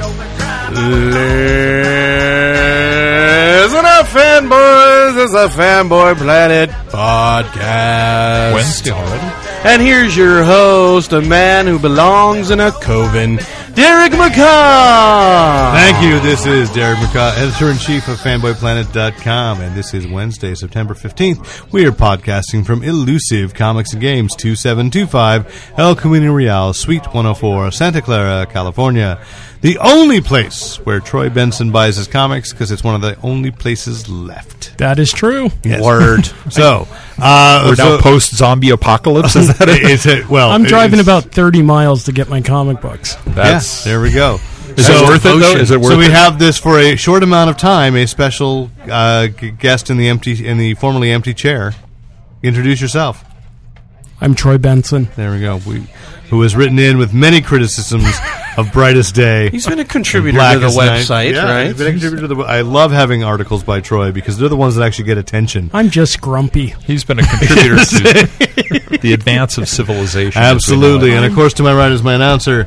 overdrive. Listen up, fanboys. It's a Fanboy Planet podcast. Wednesday already? And here's your host, a man who belongs in a coven, Derek McCaw. Thank you. This is Derek McCaw, editor in chief of fanboyplanet.com, and this is Wednesday, September 15th. We are podcasting from Elusive Comics and Games 2725 El Camino Real, Suite 104, Santa Clara, California. The only place where Troy Benson buys his comics because it's one of the only places left. That is true. Word. so, uh, We're now so- post zombie apocalypse. Is that it? it's a- well, I'm it driving is- about 30 miles to get my comic books. That's yeah, there we go. Is it worth it, though? Is it worth so we it? have this for a short amount of time. A special uh, g- guest in the empty in the formerly empty chair. Introduce yourself. I'm Troy Benson. There we go. We, who has written in with many criticisms of Brightest Day. He's been a contributor to the Blackest Night. website, Yeah, right? he's been a contributor to the- I love having articles by Troy because they're the ones that actually get attention. I'm just grumpy. He's been a contributor to the advance of civilization. as we know Absolutely, it. and of course, to my right is my announcer.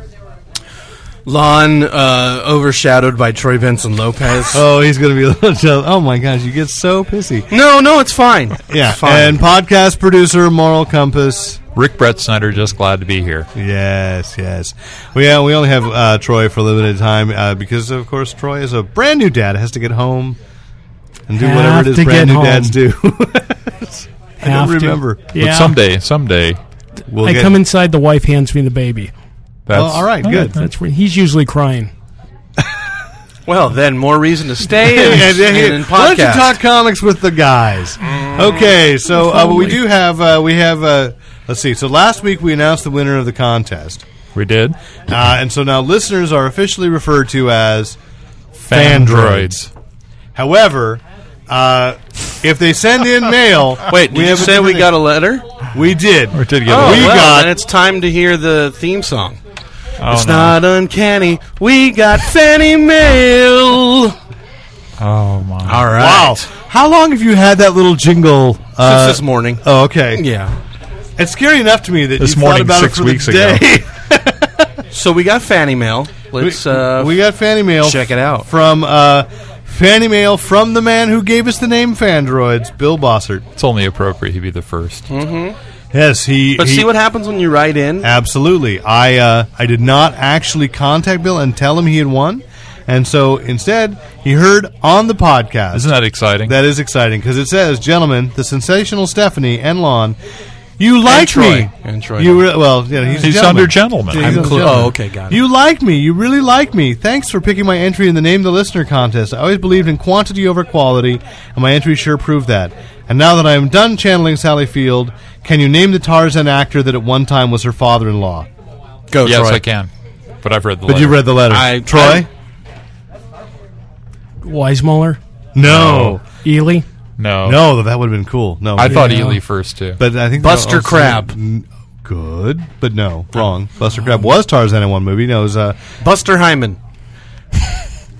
Lon uh, overshadowed by Troy Benson Lopez. Oh, he's going to be a little. jealous. Oh my gosh, you get so pissy. no, no, it's fine. Yeah, It's fine. and podcast producer Moral Compass. Rick Brett Snyder, just glad to be here. Yes, yes. We uh, we only have uh, Troy for a limited time uh, because, of course, Troy is a brand new dad. Has to get home and do Have whatever it is to brand get new home. dads do. I don't remember. Yeah. But someday, someday, we'll I get- come inside, the wife hands me the baby. that's all right, good. That's where he's usually crying. Well, then more reason to stay and, And, uh, and, and Why don't you podcast. Mm. talk comics with the guys? Okay, so uh, If we only. do have uh, we have uh, let's see. So last week we announced the winner of the contest, We did. uh, and so now listeners are officially referred to as Fandroids. However, uh, if they send in mail, Wait, did you have a say we different- got a letter? we did. Or did get Oh, away. we well, got- then it's time to hear the theme song. Oh, it's no. not uncanny. We got Fanny Mail. Oh my! All right. Wow. How long have you had that little jingle? uh, Since this morning. Oh, okay. Yeah. It's scary enough to me that This you morning, thought about six it for the weeks ago. day. So we got Fanny Mail. Let's uh, we got fanny mail. check it out. From uh, fanny mail from the man who gave us the name Fandroids, Bill Bossert. It's only appropriate he be the first. Hmm? Yes, he. But he- see what happens when you write in. Absolutely. I uh, I did not actually contact Bill and tell him he had won, and so instead he heard on the podcast. Isn't that exciting? That is exciting because it says, "Gentlemen, the sensational Stephanie and Lon, you like Troy. me. And Troy. You re- well, yeah, he's, a He's gentleman. under gentleman. Yeah, he's I'm under clo- gentleman. oh, okay, got it. You like me. You really like me. Thanks for picking my entry in the name of the listener contest. I always believed in quantity over quality, and my entry sure proved that. And now that I am done channeling Sally Field, can you name the Tarzan actor that at one time was her father-in-law? Go, yes, Troy. I can. But I've read the. But you letter. read the letter, I- Troy. I- Weismuller, no, Ely. no, no, that would have been cool. No, I thought Yeah. Ely first too. But I think Buster also- Crab. Oh. N- Good, but no, wrong. Buster Crab was Tarzan in one movie. No, it was, uh, Buster Hyman.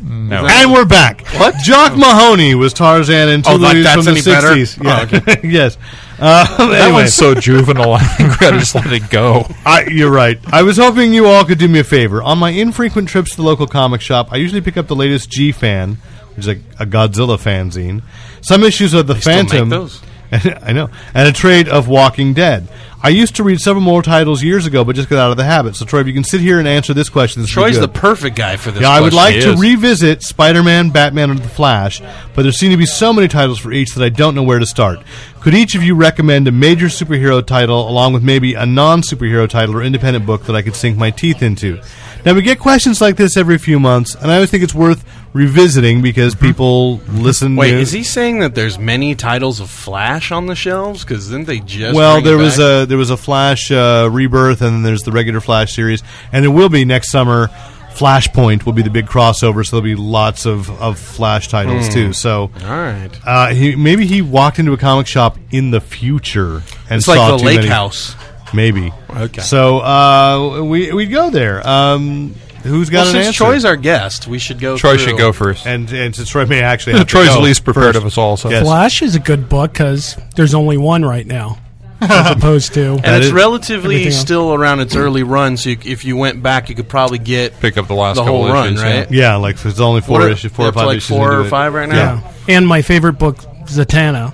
no, and we're back. What? Jock Mahoney was Tarzan in two Oh, like movies that's from the any better? sixties. Oh, Yeah. okay. yes. Um, that anyway, one's so juvenile. I think I just let it go. I, you're right. I was hoping you all could do me a favor. On my infrequent trips to the local comic shop, I usually pick up the latest G Fan, which is a, a Godzilla fanzine. Some issues of the still make Phantom. those? I know. And a trade of Walking Dead. I used to read several more titles years ago, but just got out of the habit. So, Troy, if you can sit here and answer this question, this would be Troy's good. the perfect guy for this. Yeah, I would question. like to is. revisit Spider-Man, Batman, and The Flash, but there seem to be so many titles for each that I don't know where to start. Could each of you recommend a major superhero title, along with maybe a non-superhero title or independent book that I could sink my teeth into? Now we get questions like this every few months, and I always think it's worth revisiting because people listen. Wait, to, is he saying that there's many titles of Flash on the shelves? Because didn't they just? bring Well, it there was back? a there was a Flash uh, rebirth, and then there's the regular Flash series, and there will be next summer Flashpoint will be the big crossover, so there'll be lots of, of Flash titles too. So Hmm. All right. uh, he, maybe he walked into a comic shop in the future and It's saw like the too lake many- house. Maybe. Okay. So uh, we we'd go there. Um, who's got Well, an since answer? Troy's our guest, we should go. Troy through. should go first. and and since Troy may actually have to Troy's go the least prepared first. of us all. So Yes. Flash is a good book because there's only one right now, as opposed to and That it's is- relatively Everything else. still around its early run. So you, if you went back, you could probably get pick up the last the couple whole run, issues, right? Yeah, like if it's only four What are- issues, four yeah, or five like issues. four into or it. five right now? Yeah. and my favorite book, Zatanna,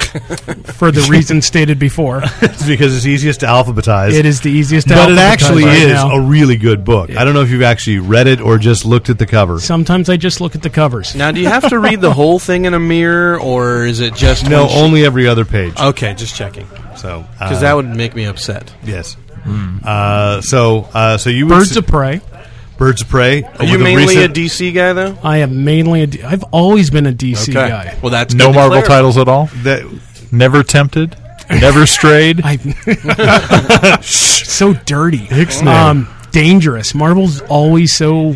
for the reason stated before. It's because it's easiest to alphabetize. It is the easiest. to but it alphabetize actually right is now. a really good book. I don't know if you've actually read it or just looked at the cover. Sometimes I just look at the covers. Now, do you have to read the whole thing in a mirror, or is it just No, when she- only Uh, every other page. Okay, just checking So because Oh, that Hmm. would make me upset. yes. Uh, so uh, so you would Birds s- of Prey. birds of prey. Are you mainly a DC guy though? I am mainly a. D- I've always been a DC Okay, guy. well that's No good to Marvel clarify. titles at all. that Never tempted. Never strayed. I, so dirty. Hicksman. Um, dangerous. Marvel's always so.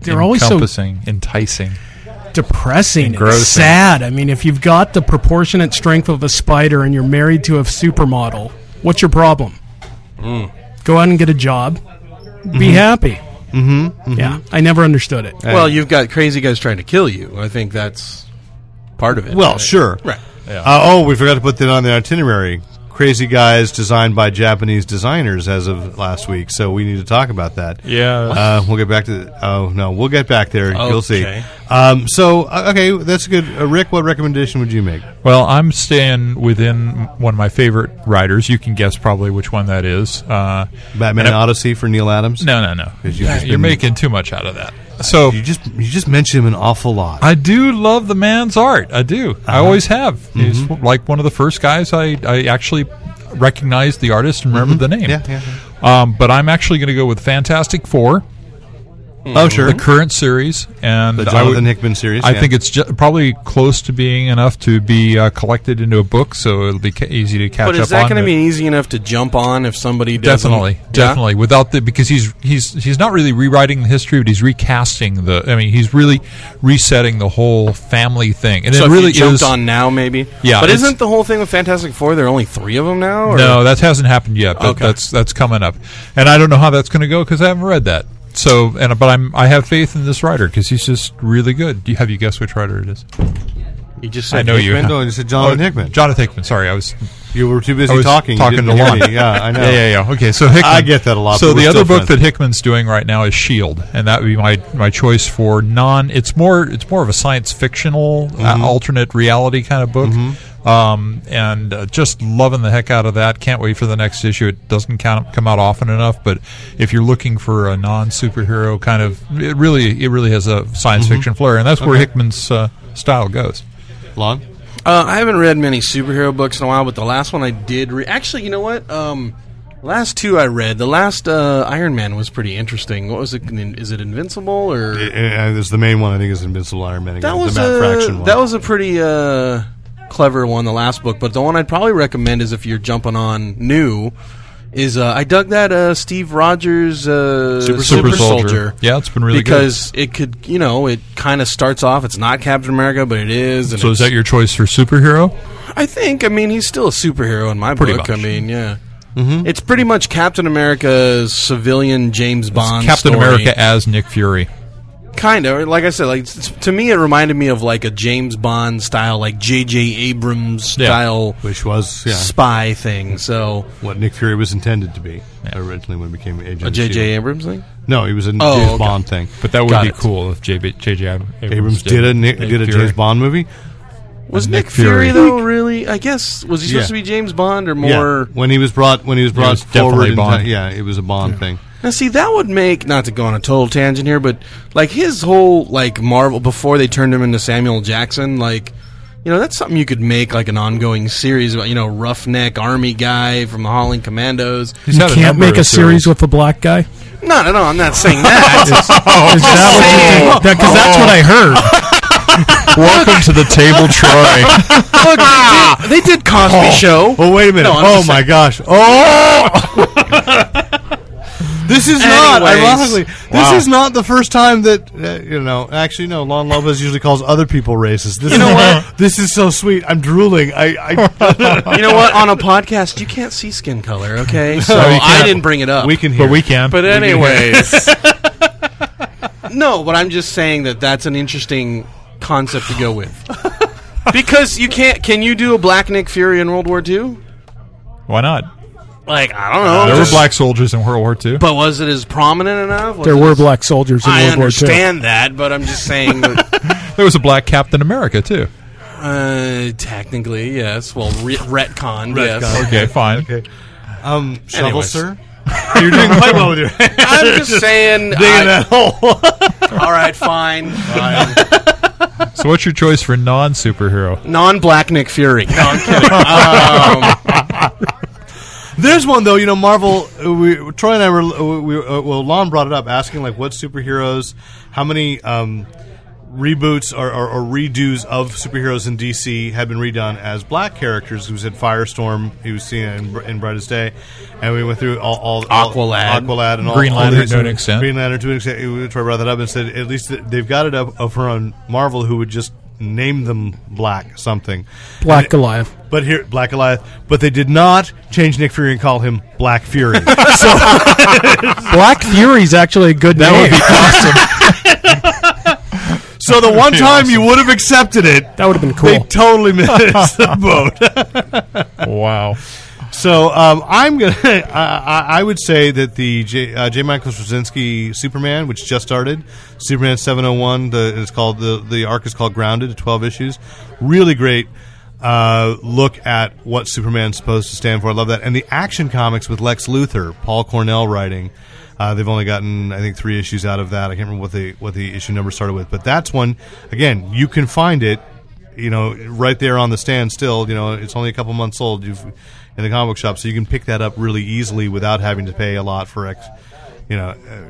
They're always so encompassing, enticing. depressing and Engrossing. sad. I mean, if you've got the proportionate strength of a spider and you're married to a supermodel, what's your problem? Go out and get a job. Be happy. Mm. Mm-hmm, Yeah, I never understood it. Well, you've got crazy guys trying to kill you. I think that's part of it. well right? sure Right. Uh, oh, we forgot to put that on the itinerary. Crazy guys designed by Japanese designers as of last week, so we need to talk about that. Yeah. Uh, we'll get back to. oh no, we'll get back there. You'll see. Okay. Um, so uh, okay, that's good. Uh, Rick, what recommendation would you make? Well, I'm staying within one of my favorite writers. You can guess probably which one that is. Uh, Batman and I- Odyssey for Neil Adams. No, no, no. Because you've just You're been- Uh, making too much out of that. So you just you just mentioned him an awful lot. I do love the man's art. I do. I Uh-huh. always have. Mm-hmm. He's like one of the first guys I, I actually recognized the artist and remembered the name. Mm-hmm. Yeah, yeah, Um, but I'm actually going to go with Fantastic Four, oh sure, the current series, and the I would- Jonathan Hickman series. I yeah. think it's ju- probably close to being enough to be uh, collected into a book, so it'll be ca- easy to catch But up is that on. going to but- be easy enough to jump on if somebody doesn't? definitely, Yeah? definitely without the because he's he's he's not really rewriting the history, but he's recasting the. I mean, he's really resetting the whole family thing, and So it if you really jumped is. on now, maybe. Yeah, but it's- isn't the whole thing with Fantastic Four? There are only three of them now. Or? no, that hasn't happened yet, but Okay. that's that's coming up, and I don't know how that's going to go because I haven't read that. So, and but I'm I have faith in this writer because he's just really good. Do you, have you guessed which writer it is? you just said I know you. Hickman? No, you said Jonathan Hickman. Jonathan Hickman. Sorry, I was you were too busy Oh, I was talking. talking you to didn't hear Lon. me. Yeah, I know. Yeah, yeah, yeah. Okay, so Hickman. I get that a lot, So but the we're other still book friends. that Hickman's doing right now is Shield, E and that would be my my choice for non. It's more it's more of a science fictional Mm-hmm. uh, alternate reality kind of book. Um, and uh, just loving the heck out of that. Can't wait for the next issue. It doesn't count, come out often enough, but if you're looking for a non superhero kind of, it really it really has a Mm-hmm. science fiction flair, and that's where Hickman's uh, style goes. Lon? Uh, I haven't read many superhero books in a while, but the last one I did read. Actually, you know what? Um, last two I read. The last uh, Iron Man was pretty interesting. What was it? Is it Invincible or Uh, uh, There's the main one. I think is Invincible Iron Man. that again, was the uh, Matt a Fraction one. that was a pretty uh, clever one. The last book, but the one I'd probably recommend is if you're jumping on new. Is uh, I dug that uh, Steve Rogers uh, Super, Soldier. Yeah, it's been really good. because it could you know it kind of starts off it's not Captain America but it is. And So is it's- that your choice for superhero? I think. I mean, he's still a superhero in my Pretty book. much. Mm-hmm. I mean, yeah. It's pretty much Captain America's civilian James Bond. Captain story. America as Nick Fury. kind of. Like I said, like s- to me, it reminded me of like a James Bond style, like J.J. Abrams Yeah. style which was yeah, spy thing. So what Nick Fury was intended to be originally when he became Agent. a of J.J. S.H.I.E.L.D.. Abrams thing. E No, he was a Oh, James okay. Bond thing. But that would Got be it. cool if J.B. J.J. Abrams, Abrams did a Nick, did a James Bond movie. Was Nick Nick, Fury, Fury. though really? I guess was he supposed Yeah. to be James Bond or yeah, more? when he was brought when he was brought was definitely forward. in Bond. time- yeah, it was a Bond thing. Now, see, that would make not to go on a total tangent here, but like his whole like Marvel before they turned him into Samuel Jackson, like you know that's something you could make like an ongoing series about. You know, roughneck army guy from the Howling Commandos. He's You can't make a series with a black guy. Is No, no, no, I'm not saying that. Oh, that what you think? Because that's what I heard. Welcome to the table, Troy. Look, they, did, they did Cosby Show. Oh wait a minute! No, I'm oh just my saying- gosh! Oh, This is not, Anyways. ironically, this Wow. is not the first time that uh, you know. Actually, no. Lon Lovas usually calls other people racist. This you know what? This is so sweet. I'm drooling. I, I You know what? On a podcast, you can't see skin color. Okay, so you I can't. didn't bring it up. we can hear. But we can. But anyways, no. But I'm just saying that that's an interesting concept to go with. Because you can't. Can you do a Black Nick Fury in World War II? Why not? Like I don't know. There were Just- black soldiers in World War II. but was it as prominent enough? Was There it were as- black soldiers in I World War II. understand that, but I'm just saying. That, There was a black Captain America too. uh, technically, yes. Well, re- retcon. Yes. Okay, fine. Um, shovel, Anyways. sir. You're doing quite well with your hand. I'm just saying. I- that hole. all right, fine. So, what's your choice for non-superhero? Non-black Nick Fury. No, I'm kidding. There's one though. You know, Marvel. uh, We, Troy and I were. uh, We, uh, well, Lon brought it up, asking like, what superheroes? How many um, reboots or, or, or redos of superheroes in DC have been redone as black characters? Who said Firestorm? He was seen in, Br- in Brightest Day, and we went through all, all, all Aqualad. Aqualad, and all- Green all Lantern these- to an extent. Green Lantern to an extent. Troy brought that up and said at least th- they've got it up over on Marvel, who would just name them black something. Black Goliath. But here, Black Goliath. But they did not change Nick Fury and call him Black Fury. Black Fury's actually a good name. so the one time you would have accepted it, that would have been they cool. totally missed the boat. Wow. So um, I'm gonna. I, I, I would say that the J, uh, J. Michael Straczynski Superman, which just started, Superman 701, the it's called the the arc is called Grounded, 12 issues, really great. Uh, look at what Superman's supposed to stand for. I love that. And the action comics with Lex Luthor, Paul Cornell writing. Uh, they've only gotten, I think, three issues out of that. I can't remember what the what the issue number started with, but that's one. Again, you can find it you know, right there on the stand still. You know, it's only a couple months old. You've in the comic book shop, so you can pick that up really easily without having to pay a lot for ex, you know, uh,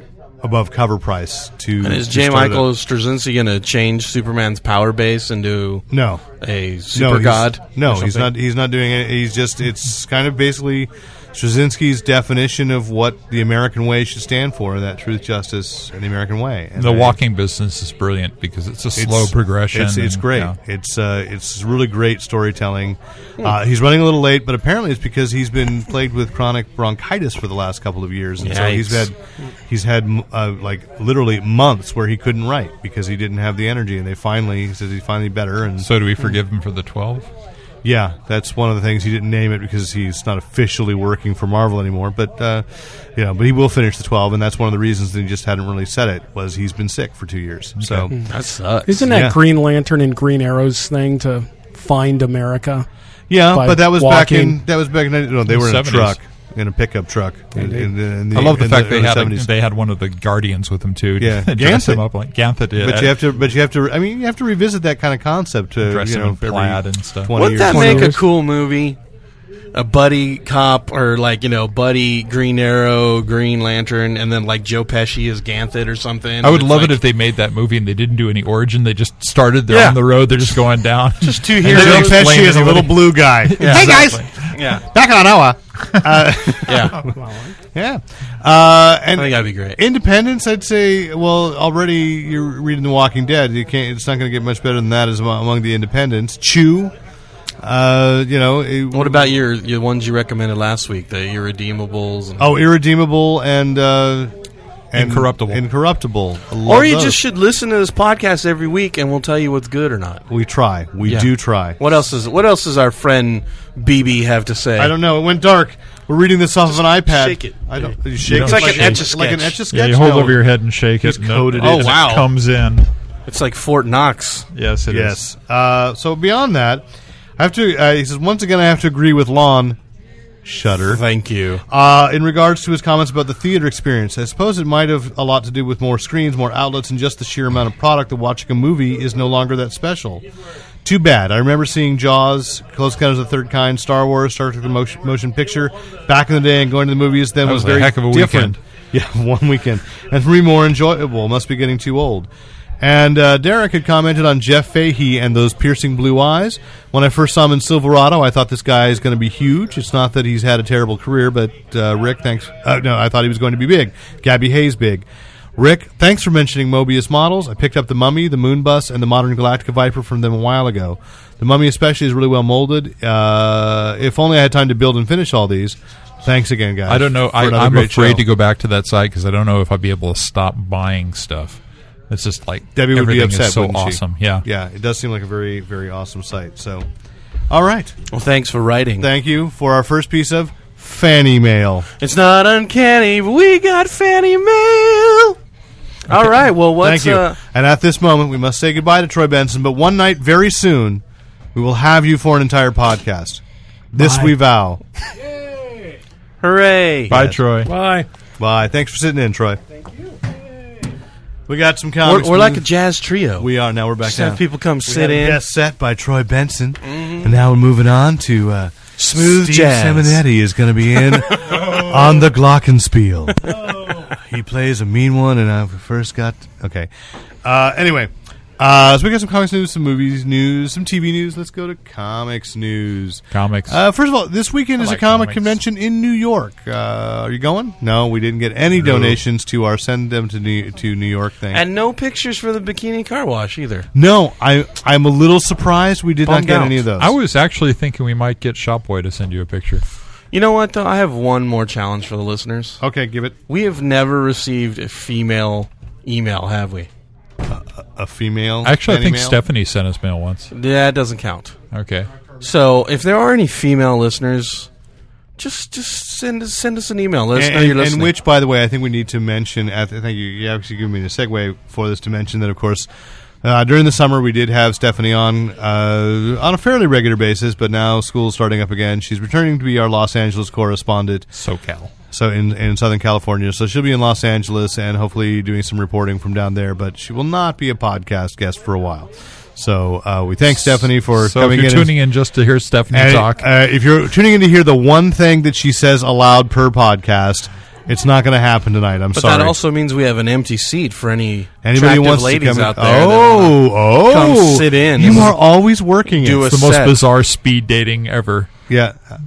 above cover price to. And is to J. start it Michael up. Straczynski going to change Superman's power base into No. a no, super he's- god? No, or he's something? not. He's not doing it. He's just. It's kind of basically Straczynski's definition of what the American way should stand for—that truth, justice, and the American way. And The I- walking business is brilliant because it's a slow progression. It's, it's and, great. yeah. It's uh, it's really great storytelling. Uh, he's running a little late, but apparently it's because he's been plagued with chronic bronchitis for the last couple of years, and so he's Yikes. had he's had m- uh, like literally months where he couldn't write because he didn't have the energy. And they finally he says he's finally better, and So, do we forgive him for the twelve? yeah, that's one of the things he didn't name it because he's not officially working for Marvel anymore. But uh, you know, but he will finish the twelve, and that's one of the reasons that he just hadn't really said it was he's been sick for two years. So. That sucks. Isn't that Yeah. Green Lantern and Green Arrows thing to find America? Yeah, by but that was back in walking. that was back in no, they were in a 70s. truck in a pickup truck. In, in the- in the- I love the in fact they early had a, 70s. they had one of the guardians with them too. Yeah. They dressed Ganthet. him up like Ganthet. Yeah, but you have to, but you have to. I mean, you have to revisit that kind of concept to Dress you him know, in every plaid and stuff. 20 Wouldn't years. that Twenty make years. a cool movie? A buddy cop, or like you know, buddy Green Arrow, Green Lantern, and then like Joe Pesci is Ganthet or something. I would It's love like- it if they made that movie and they didn't do any origin. They just started. They're Yeah. on the road. They're just going down. just two they Joe don't heroes. explain Pesci is a little anybody. blue guy. Hey guys, Yeah, back on Iowa. yeah. Yeah, uh, and I think that'd be great. Independence, I'd say. Well, already you're reading The Walking Dead. You can't. It's not going to get much better than that. Is among, among the Independents. Chew. Uh, you know. it- What about your your ones you recommended last week? The irredeemables. And, Oh, irredeemable and. Uh, and Incorruptible. Incorruptible. I love or you those. just should listen to this podcast every week, and we'll tell you what's good or not. We try. We Yeah. do try. What else is what else does our friend BB have to say? I don't know. It went dark. We're reading this off of an iPad. shake it. I don't. You shake It's it like an Etch-a-Sketch. Like an etch a sketch. Yeah, you hold over your head and shake it. and it- coded it. and Oh, it wow. comes in. It's like Fort Knox. Yes, it is. Yes. Uh, so beyond that, I have to. Uh, he says once again, I have to agree with Lon. Shutter. Thank you. Uh, in regards to his comments about the theater experience, I suppose it might have a lot to do with more screens, more outlets, and just the sheer amount of product that watching a movie is no longer that special. Too bad. I remember seeing Jaws, Close Encounters of the Third Kind, Star Wars, Star Trek the Motion, motion Picture back in the day, and going to the movies then That was a very heck of a different. weekend. Yeah, one weekend. And three more enjoyable. Must be getting too old. And uh, Derek had commented on Jeff Fahey and those piercing blue eyes. When I first saw him in Silverado, I thought this guy is going to be huge. It's not that he's had a terrible career, but uh, Rick, thanks. Uh, no, I thought he was going to be big. Gabby Hayes, big. Rick, thanks for mentioning Mobius models. I picked up the Mummy, the Moon Bus, and the Modern Galactica Viper from them a while ago. The Mummy, especially, is really well molded. Uh, if only I had time to build and finish all these. Thanks again, guys. I don't know. for I, another I'm great afraid show. to go back to that site because I don't know if I'd be able to stop buying stuff. It's just like Debbie would be everything is upset. so wouldn't she? awesome. Yeah. yeah. It does seem like a very, very awesome site. So, all right. Well, thanks for writing. Thank you for our first piece of fanny mail. It's not uncanny, but we got fanny mail. All right. Well, what's Thank you. uh, and at this moment, we must say goodbye to Troy Benson. But one night, very soon, we will have you for an entire podcast. This Bye. we vow. hooray? Bye, Troy. Bye. Bye. Thanks for sitting in, Troy. Thank you. We got some We're, comics. we're like a jazz trio. we are now. We're back just have down. people come We sit had a in. Mm-hmm. guest set by Troy Benson, and now we're moving on to uh, Smooth Steve jazz. Seminetti is going to be in on the Glockenspiel. Oh. he plays a mean one, and I first got okay. Uh, anyway, uh, so we got some comics news, some movies news, some TV news. Let's go to comics news. Comics. Uh, first of all, this weekend is like a comic comics. convention in New York. Uh, are you going? No, we didn't get any donations to our send them to New, to New York thing. And no pictures for the bikini car wash either. no, I I'm a little surprised we did not Bummed get out. any of those. I was actually thinking we might get Shopway to send you a picture. You know what, though? I have one more challenge for the listeners. Okay, give it We have never received a female email, have we? a female. Actually, I any think male? Stephanie sent us mail once. That doesn't count. Okay. So if there are any female listeners, just just send us send us an email. Let us And, know you're and- and listening. which, by the way, I think we need to mention. I th- thank you. You actually giving me the segue for this to mention that, of course, uh, during the summer we did have Stephanie on uh, on a fairly regular basis, but now school's starting up again. She's returning to be our Los Angeles correspondent, SoCal. so in in Southern California. So she'll be in Los Angeles and hopefully doing some reporting from down there. But she will not be a podcast guest for a while. So uh, we thank Stephanie for So coming if you're in and- tuning in just to hear Stephanie And, talk, Uh, if you're tuning in to hear the one thing that she says aloud per podcast, it's not going to happen tonight. I'm but sorry. that also means we have an empty seat for any Anybody attractive wants ladies to come out there. that wanna Oh, oh, come sit in You and are always working. do it. a the most set. bizarre speed dating ever. Yeah. Uh,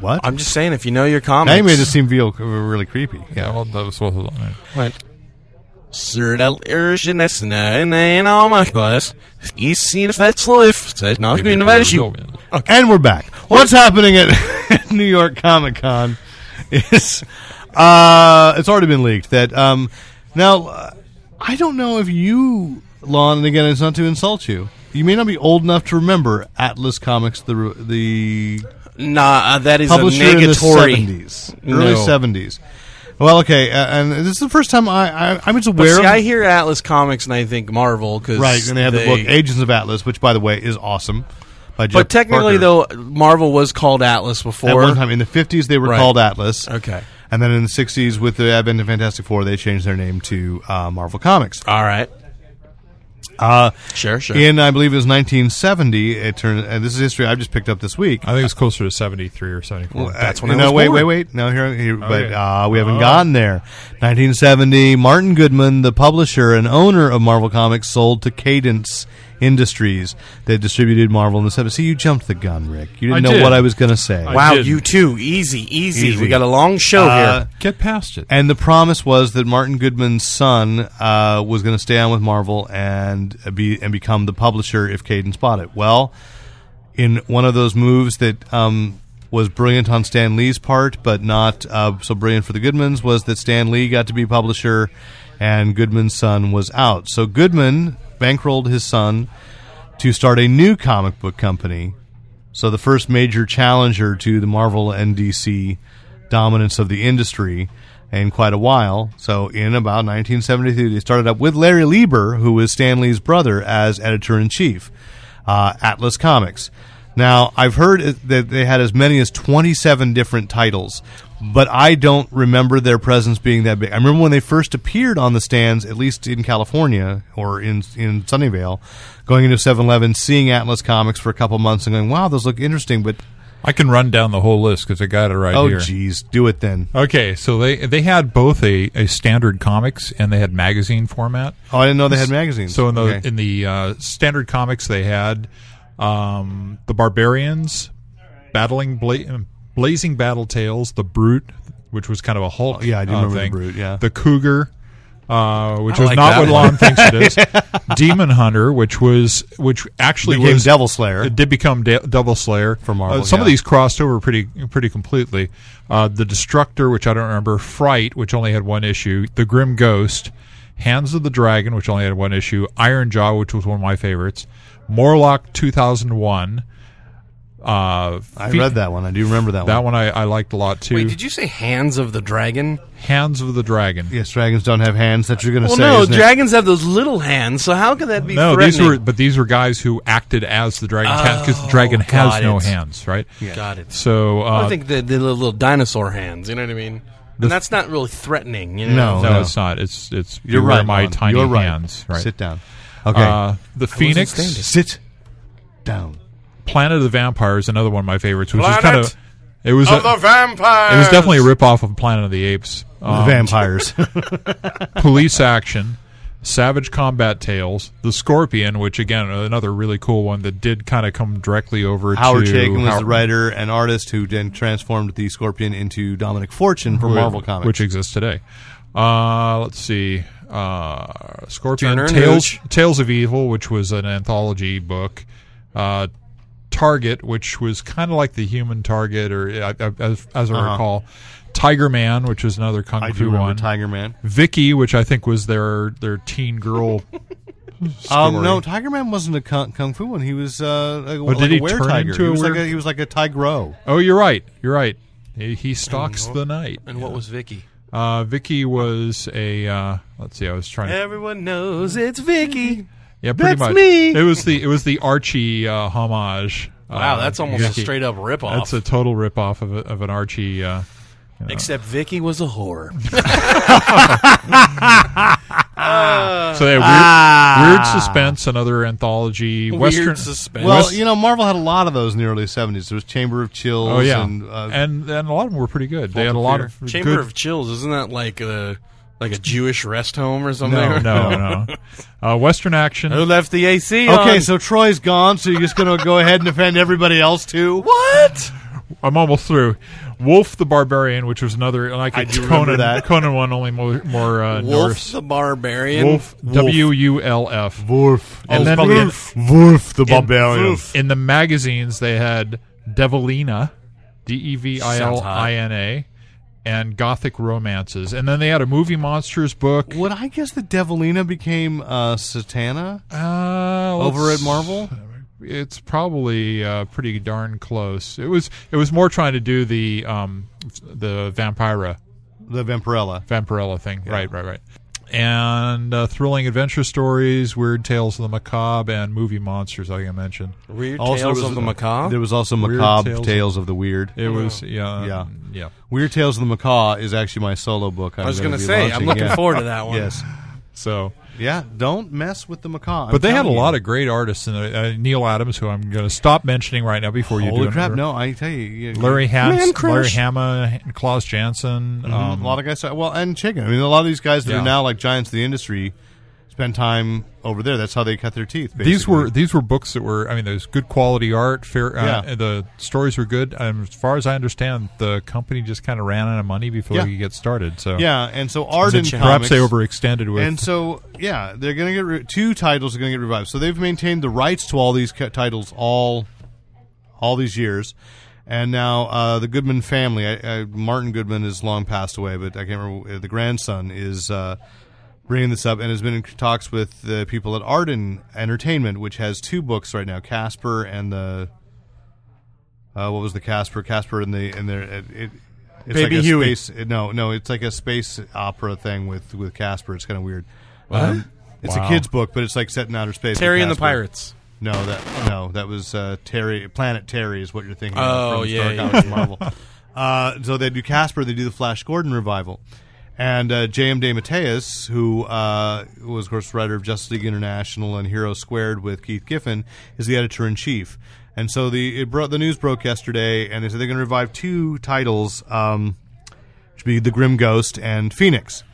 What? I'm just saying, if you know your comics, now you made it seem real, uh, really creepy. Yeah, well, that was what was on it. What? Sir, that Irish and that's nine and all my class. You seen if that's life. That's not going to matter. You And we're back. What's happening at New York Comic Con is uh, it's already been leaked that um, now uh, I don't know if you, Lon, and again it's not to insult you. You may not be old enough to remember Atlas Comics, the re- the Nah, uh, that is a publisher in the negatory. seventies, early No. seventies. Well, okay, uh, and this is the first time I, I I'm just But aware. see, of I hear Atlas Comics and I think Marvel because right, and they have the book Agents of Atlas, which by the way is awesome. By Jeff But technically, Parker. though, Marvel was called Atlas before. At one time in the fifties, they were Right. called Atlas. Okay. and then in the sixties, with the advent of Fantastic Four, they changed their name to uh, Marvel Comics. All right. Uh, Sure, sure. in I believe it was nineteen seventy. It turned, and this is history I've just picked up this week. I think it's closer to 73 or 74. Uh, That's when Uh, I no, was wait, born. wait, wait. No, here, here but Okay. uh, we haven't Oh. gotten there. 1970, Martin Goodman, the publisher and owner of Marvel Comics, sold to Cadence Industries that distributed Marvel in the 70s. See, you jumped the gun, Rick. You didn't I know did. what I was going to say. I Wow, didn't. you too. Easy, easy, Easy. We got a long show Uh, here. Get past it. And the promise was that Martin Goodman's son uh, was going to stay on with Marvel and be and become the publisher if Cadence bought it. Well, in one of those moves that um, was brilliant on Stan Lee's part, but not uh, so brilliant for the Goodmans, was that Stan Lee got to be publisher, and Goodman's son was out. So Goodman bankrolled his son to start a new comic book company. So the first major challenger to the Marvel and DC dominance of the industry in quite a while. So in about 1973, they started up with Larry Lieber, who was Stan Lee's brother, as editor in chief, uh, Atlas Comics. Now I've heard it- that they had as many as 27 different titles, but I don't remember their presence being that big. I remember when they first appeared on the stands, at least in California or in in Sunnyvale, going into 7-Eleven, seeing Atlas Comics for a couple months, and going, "Wow, those look interesting," but I can run down the whole list because I got it right oh, here. geez, do it then. Okay, so they they had both a, a standard comics and they had magazine format. Oh, I didn't know they had magazines. So in the Okay. in the uh, standard comics, they had um, the barbarians battling bla- blazing battle tales, the brute, which was kind of a Hulk. Oh, yeah, I do uh, remember the thing, Brute, yeah. the cougar. Uh, which I was like not that what one. Lon thinks it is. Demon Hunter, which was which actually Became was Devil Slayer. It did become De- Devil Slayer For Marvel, Uh, some of yeah. these crossed over pretty pretty completely. Uh, the Destructor, which I don't remember, Fright, which only had one issue, The Grim Ghost, Hands of the Dragon, which only had one issue, Iron Jaw, which was one of my favorites, Morlock 2001. Uh, I read that one. I do remember that, That one I, I liked a lot too. Wait, did you say Hands of the Dragon? Hands of the Dragon. Yes, dragons don't have hands. That you're going to Well, say. no, isn't it? dragons have those little hands, so how could that be No, these threatening? were but these were guys who acted as the dragon's hands because the Oh, dragon has got no it. hands, right? Got it. So uh, I think the, the little, little dinosaur hands. You know what I mean? And that's not really threatening. You know? No, no, Oh, no. it's not. It's it's You're beware right. My Lon. tiny you're right. hands. Right. Sit down. Okay. Uh, the standing. Phoenix, Sit down. Planet of the Vampires, another one of my favorites, which Planet is kind of it was a, vampires. it was definitely a ripoff of Planet of the Apes. the Um, vampires. police action, Savage Combat Tales, The Scorpion, which again another really cool one that did kind of come directly over Howard to Chaykin was the Howard- writer and artist who then transformed the Scorpion into Dominic Fortune for Wh- Marvel Comics. which exists today. Uh, let's see, uh, Scorpion Turner and Tales Hooch. Tales of Evil, which was an anthology book. Uh, Target, which was kind of like the Human Target, or uh, uh, as, as I recall, Tiger Man, which was another kung Uh-huh. I do fu remember one. Tiger Man. Vicky, which I think was their their teen girl. Um, story. no, Tiger Man wasn't a kung, kung fu one. He was uh, a, like did a he were turn tiger. into he a was like were- a, he was like a tigro. Oh, you're right. You're right. He, he stalks Mm-hmm. the night. And what was Vicky? Uh, Vicky was a. Uh, let's see. I was trying to. Everyone knows it's Vicky. Yeah, pretty That's much. me. It was the it was the Archie uh, homage. Wow, Uh, that's almost Vicky. a straight up ripoff. That's a total ripoff of a, of an Archie. Uh, Except Vicky was a whore. Uh, so they had weird, weird suspense, another anthology, Weird western suspense. Ah. Well, West- you know, Marvel had a lot of those in the early '70s. There was Chamber of Chills. oh yeah, and, uh, and and a lot of them were pretty good. They had a lot of Chamber good- of Chills, isn't that like a like a Jewish rest home or something? no no no uh, western action. Who left the AC? okay, uh, on? so Troy's gone, so you're just going to go ahead and offend everybody else too. what? I'm almost through. Wolf the Barbarian, which was another like a do remember Conan that. Conan one, only more more uh, Wolf Norse. the Barbarian. Wolf W U L F. Worf. Oh, And then probably Worf. Worf the In- Barbarian. In the magazines, they had Devilina, D E V I L I N A, and Gothic Romances. And then they had a Movie Monsters book. Would I guess the Devilina became uh, Satana Uh, let's- over at Marvel? It's probably uh, pretty darn close. It was it was more trying to do the um, the Vampira The Vampirella. Vampirella thing. Right, right, right. And uh, thrilling adventure stories, weird tales of the macabre, and movie monsters, like I mentioned. Weird Also, Tales was- of the Macabre. There was also Weird Macabre Tales Tales, of- of the Weird. It was yeah, Yeah. yeah. Weird Tales of the Macaw is actually my solo book. I was going gonna to say, I'm looking forward to that one. Yes. So Yeah, don't mess with the macaw. I'm But they had a telling lot you. of great artists, and uh, Neil Adams, who I'm going to stop mentioning right now before you do Holy it. crap, no, I tell you. you Larry Man Hams, crush. Larry Hama, Klaus Janson. Um, a lot of guys. Well, and chicken. I mean, a lot of these guys that Mm-hmm. Yeah. are now like giants of the industry spend time over there. That's how they cut their teeth. Basically. these were these were books that were. I mean, there's good quality art. Fair. Uh, Yeah. The stories were good. And as far as I understand, the company just kind of ran out of money before Yeah. they could get started. So yeah, and so Arden perhaps comics, they overextended with. And so yeah, they're going to get re- two titles are going to get revived. So they've maintained the rights to all these ca- titles all all these years. And now uh, the Goodman family, I, I, Martin Goodman is long passed away, but I can't remember. uh, The grandson is uh, bringing this up and has been in talks with the people at Arden Entertainment, which has two books right now: Casper and the uh, what was the Casper? Casper and the and their it, it, it's Baby like a Huey. Space, it- no, no, it's like a space opera thing with with Casper. It's kind of weird. Um, it's Wow. a kids book, but it's like set in outer space. with Terry and the Casper. Pirates. No, that no, that was uh, Terry Planet Terry is what you're thinking. Oh, of from yeah, Star yeah, Comics and Marvel. Uh, so they do Casper, they do the Flash Gordon revival, And uh, J.M. DeMatteis, who uh, who was, of course, writer of Justice League International and Hero Squared with Keith Giffen, is the editor in chief. And so the it bro- the news broke yesterday, and they said they're going to revive two titles, um, which would be The Grim Ghost and Phoenix,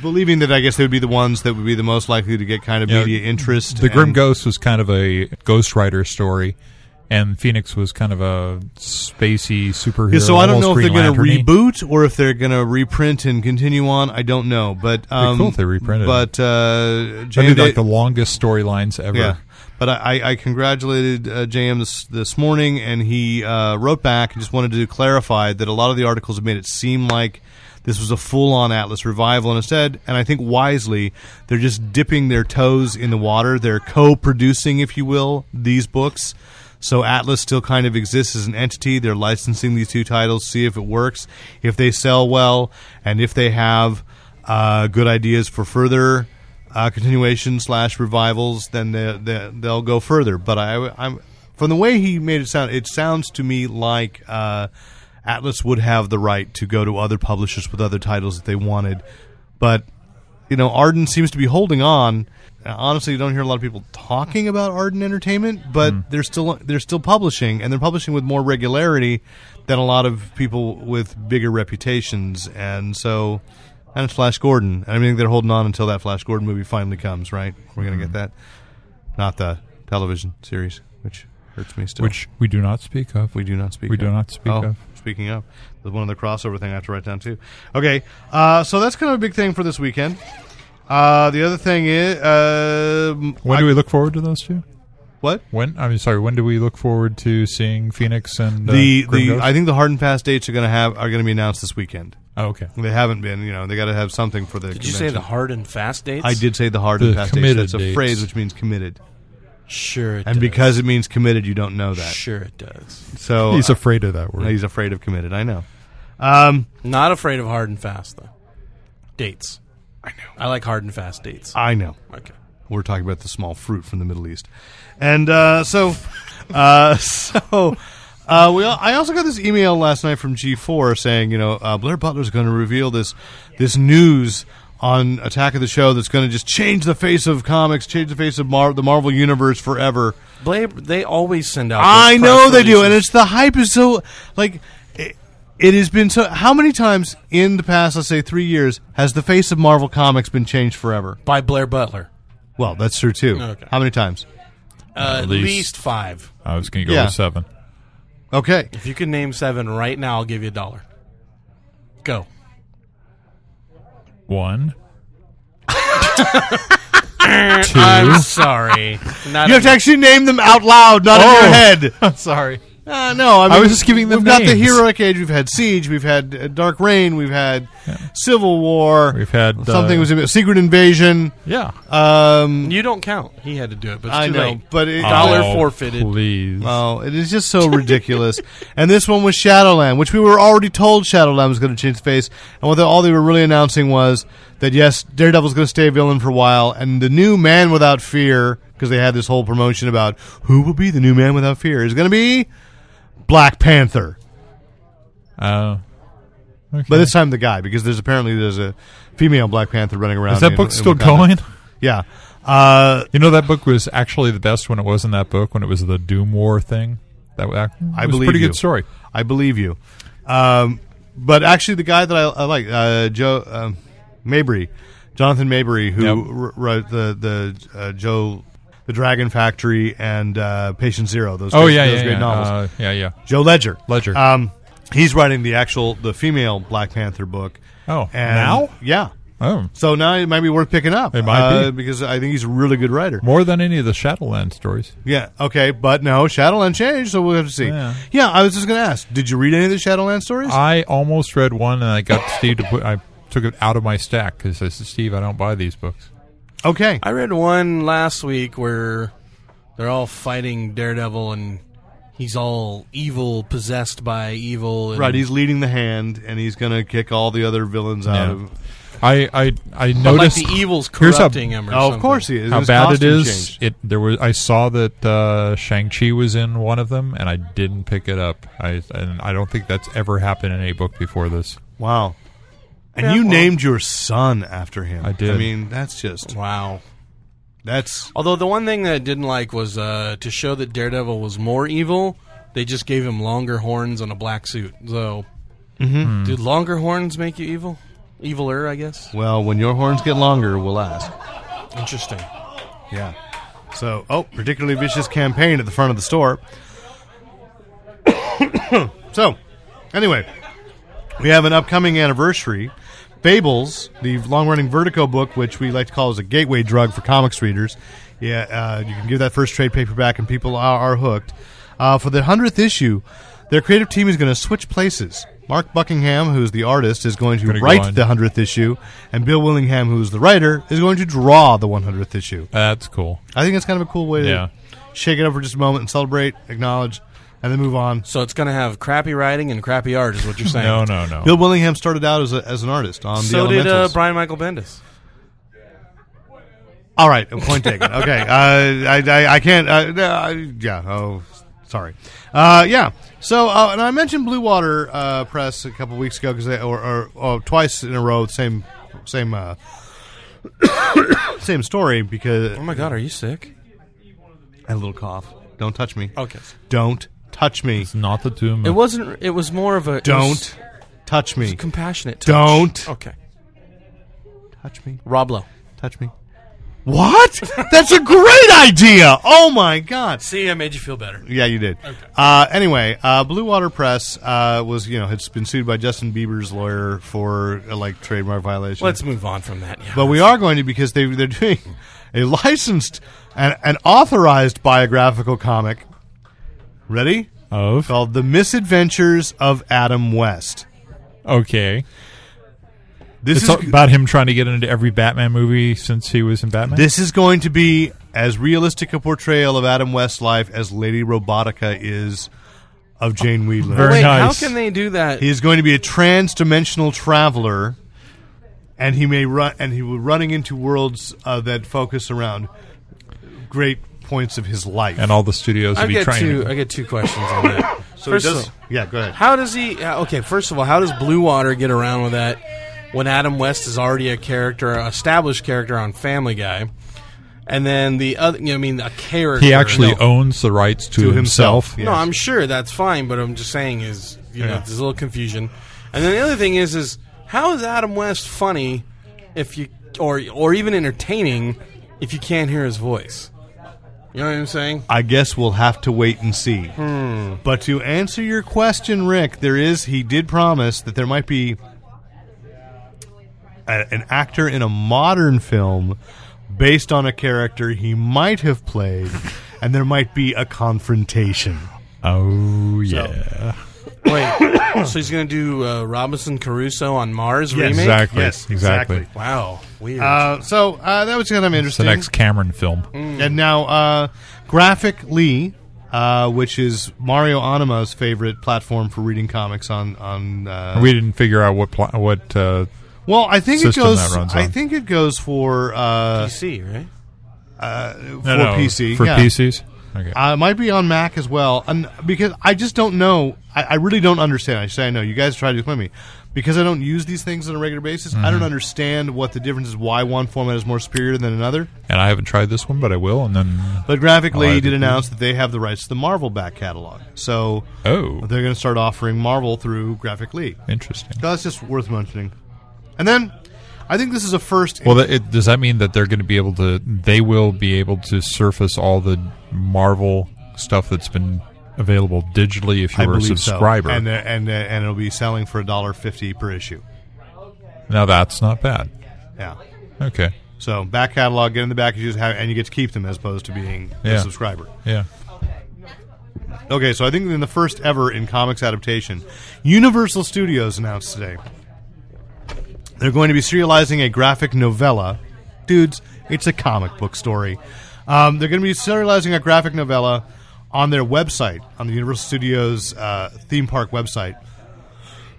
believing that I guess they would be the ones that would be the most likely to get kind of Yeah, media interest. The Grim and- Ghost was kind of a Ghost Rider story, and Phoenix was kind of a spacey superhero. Yeah, so I don't almost know if they're going Green to Lantern-y. reboot or if they're going to reprint and continue on. I don't know, but um, cool if they reprinted it. But uh, That'd J.M. be Da- like the longest storylines ever. yeah. But I, I, I congratulated uh, JM this, this morning, and he uh, wrote back and just wanted to clarify that a lot of the articles have made it seem like this was a full on Atlas revival. And instead, and I think wisely, they're just dipping their toes in the water. They're co producing, if you will, these books. So Atlas still kind of exists as an entity. They're licensing these two titles, see if it works, if they sell well, and if they have uh, good ideas for further uh, continuation slash revivals, then they, they, they'll go further. But I, I'm from the way he made it sound, it sounds to me like uh, Atlas would have the right to go to other publishers with other titles if they wanted. But you know, Arden seems to be holding on. Uh, Honestly, you don't hear a lot of people talking about Arden Entertainment, but they're still they're still publishing, and they're publishing with more regularity than a lot of people with bigger reputations. And so, and it's Flash Gordon. And I mean, they're holding on until that Flash Gordon movie finally comes. Right? We're gonna get that, not the television series, which hurts me still. Which we do not speak of. We do not speak. We of. do not speak Oh, of. Speaking of, there's one other crossover thing I have to write down too. Okay, uh, so that's kind of a big thing for this weekend. Uh, the other thing is, uh, When do we look forward to those two? what When I'm sorry. When do we look forward to seeing Phoenix and uh, the Grim the Ghost? I think the hard and fast dates are going to have are going to be announced this weekend. oh, okay. They haven't been, you know, they got to have something for the. Did you say the hard and fast dates? I did say the hard and The fast committed dates. It's a dates. phrase which means committed, Sure. It and does. because it means committed, you don't know that. sure it does. So He's afraid of that uh, word. he's afraid of committed. I know. Um, Not afraid of hard and fast though. Dates. I know. I like hard and fast dates. I know. okay. We're talking about the small fruit from the Middle East, and uh, so, uh, so uh, we. All, I also got this email last night from G4 saying, you know, uh, Blair Butler's going to reveal this this news on Attack of the Show that's going to just change the face of comics, change the face of Mar- the Marvel universe forever. Blab, they always send out. I those know press they do, and releases. it's the hype is so like it, it has been so. How many times in the past, let's say three years, has the face of Marvel comics been changed forever? by Blair Butler. Well, that's true too. Okay. How many times? Uh, at least- least. five. I was going to go Yeah. with seven. Okay. If you can name seven right now, I'll give you a dollar. Go. One. 2 I'm sorry. Not You have to actually name them out loud, not in your head. Oh. sorry. Uh, no, I, mean, was just giving them We've got the names. heroic age. We've had siege. We've had uh, dark rain. We've had civil war. We've had, something uh, was a secret invasion. Yeah. Um, you don't count. He had to do it, but it's I too know, late. but it, Dollar Oh, forfeited. Please. Oh, it is just so ridiculous. and this one was Shadowland, which we were already told Shadowland was going to change its face. And what they, all they were really announcing was that yes, Daredevil's going to stay a villain for a while, and the new Man Without Fear, because they had this whole promotion about who will be the new Man Without Fear, is going to be Black Panther. Uh, okay. But this time the guy, because there's apparently there's a female Black Panther running around. is that in- book in still Wakanda. going? Yeah. Uh, You know that book was actually the best when it was in that book when it was the Doom War thing. That was, I it was a believe pretty you. good story. I believe you. Um, but actually, the guy that I, I like, uh, Joe um Mabry, Jonathan Mabry, who Yep. wr- wrote the the uh, Joe, the Dragon Factory, and uh, Patient Zero. Those Oh great, yeah, those yeah, great yeah. novels. Uh, yeah, yeah. Joe Ledger. Ledger. Um, he's writing the actual the female Black Panther book. Oh, and now? yeah. Oh, So now it might be worth picking up. It might uh, be. because I think he's a really good writer. more than any of the Shadowland stories. Yeah. Okay. But no, Shadowland changed, so we'll have to see. Yeah. Uh, Yeah. I was just going to ask. Did you read any of the Shadowland stories? I almost read one, and I got Steve to put. I took it out of my stack because I said, Steve, I don't buy these books. okay. I read one last week where they're all fighting Daredevil and he's all evil, possessed by evil. And Right, he's leading the hand, and he's going to kick all the other villains out Yeah. of. I I I But like noticed the evil's Here's how- corrupting him. Or Oh, of something. course he is. how His bad it costume is. changed. It there was I saw that uh, Shang Chi was in one of them, and I didn't pick it up. I and I don't think that's ever happened in a book before this. Wow. And you named your son after him. I did. I mean, that's just Wow. that's Although the one thing that I didn't like was uh, to show that Daredevil was more evil, they just gave him longer horns on a black suit. So, do longer horns make you evil? Eviler, I guess. well. When your horns get longer, we'll ask. Interesting. Yeah. So, oh, particularly vicious campaign at the front of the store. so, anyway, we have an upcoming anniversary. Fables, the long-running Vertigo book, which we like to call as a gateway drug for comics readers. Yeah, uh, you can give that first trade paperback, and people are, are hooked. Uh, for the hundredth issue, their creative team is going to switch places. Mark Buckingham, who's the artist, is going to Gonna go write on. the hundredth issue, and Bill Willingham, who's the writer, is going to draw the one hundredth issue. That's cool. I think it's kind of a cool way to Yeah. shake it up for just a moment and celebrate, acknowledge, and then move on. So it's going to have crappy writing and crappy art, is what you're saying. No, no, no. Bill Willingham started out as, a, as an artist on So the did uh, Elementals. Brian Michael Bendis. All right, a point taken. Okay, uh, I, I I can't. Uh, no, I- yeah. Oh, sorry. Uh, yeah. So, uh, and I mentioned Blue Water uh, Press a couple weeks ago because they or, or, or twice in a row, same same uh, same story because Oh my God, are you sick? I had a little cough. Don't touch me. Okay. Don't touch me. It's not the tomb. It wasn't. It was more of a it was Don't touch me. compassionate. Touch. Don't Okay. touch me. Rob Lowe. Touch me. What? That's a great idea. Oh my god. See, I made you feel better. Yeah, you did. Uh, anyway, uh, Blue Water Press uh, was you know has been sued by Justin Bieber's lawyer for uh, like trademark violation. Let's move on from that. Yeah. but we are going to because they they're doing a licensed and an authorized biographical comic. Ready? of Called The Misadventures of Adam West. okay. This It's is about him trying to get into every Batman movie since he was in Batman. This is going to be as realistic a portrayal of Adam West's life as Lady Robotica is of Jane Wheeler. Very Wait, nice. how can they do that? He is going to be a trans-dimensional traveler, and he may run and he will running into worlds uh, that focus around great points of his life. and all the studios I that he get two. trained. I get two questions on that. so First he of does. all- Yeah, go ahead. How does he? uh, Okay, first of all, how does Blue Water get around with that when Adam West is already a character, a established character on Family Guy, and then the other? You know, I mean, a character. He actually No, owns the rights to, To himself, himself. yeah. no, I'm sure that's fine, but I'm just saying is you know Yeah. there's a little confusion. And then the other thing is is how is Adam West funny if you or or even entertaining if you can't hear his voice? You know what I'm saying? I guess we'll have to wait and see. But to answer your question, Rick, there is he did promise that there might be a, an actor in a modern film based on a character he might have played, and there might be a confrontation. Oh yeah. Wait, so he's gonna do uh, Robinson Crusoe on Mars remake? Exactly. Yes, exactly. exactly. Wow, weird. Uh, so uh, that was kind of It's the interesting. next Cameron film. And now, uh, Graphic Lee, uh, which is Mario Anima's favorite platform for reading comics on on uh, We didn't figure out what pla- what uh, Well, I think it system goes. that runs I on. think it goes for uh, PC, right? for no, no, PC. for yeah. PCs. Okay. Uh, it might be on Mac as well, and because I just don't know. I, I really don't understand. I say I know. You guys try to explain to me because I don't use these things on a regular basis. I Mm-hmm. don't understand what the difference is. Why one format is more superior than another. and I haven't tried this one, but I will. And then But graphically, Oh, I did didn't. announce that they have the rights to the Marvel back catalog, so oh, they're going to start offering Marvel through Graphic Lee. interesting. That's just worth mentioning. And then, I think this is a first. Well, that, it, does that mean that they're going to be able to? They will be able to surface all the Marvel stuff that's been available digitally if you I were a believe so. subscriber. and uh, and uh, and it'll be selling for a dollar fifty per issue. now that's not bad. Yeah. Okay. So back catalog, get in the back issues, have, and you get to keep them as opposed to being a Yeah. subscriber. Yeah. Okay, so I think in the first ever in comics adaptation, Universal Studios announced today they're going to be serializing a graphic novella. Dudes, it's a comic book story. Um, they're going to be serializing a graphic novella on their website, on the Universal Studios uh, theme park website.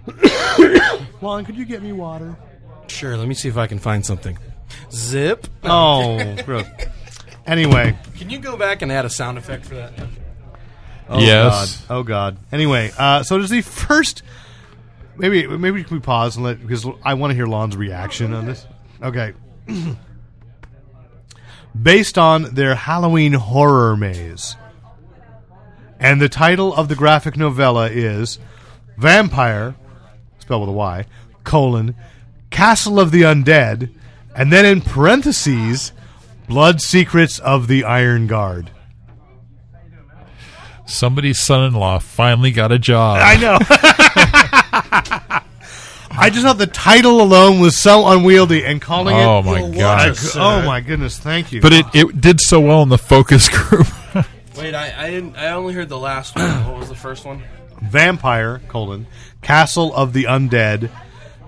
Lon, could you get me water? Sure. Let me see if I can find something. Zip. Oh, gross. Anyway, Can you go back and add a sound effect for that? yes. Oh, God. Oh God. Anyway, uh, so it is the first Maybe maybe can we pause and let because I want to hear Lon's reaction on this. Okay. Based on their Halloween horror maze. And the title of the graphic novella is Vampire, spelled with a Y, colon, Castle of the Undead, and then in parentheses, Blood Secrets of the Iron Guard. Somebody's son-in-law finally got a job. I know. I just thought the title alone was so unwieldy, and calling it. Oh, my I- God. Uh, oh my goodness! Thank you. but it, it did so well in the focus group. Wait, I, I didn't. I only heard the last one. What was the first one? vampire colon castle of the undead,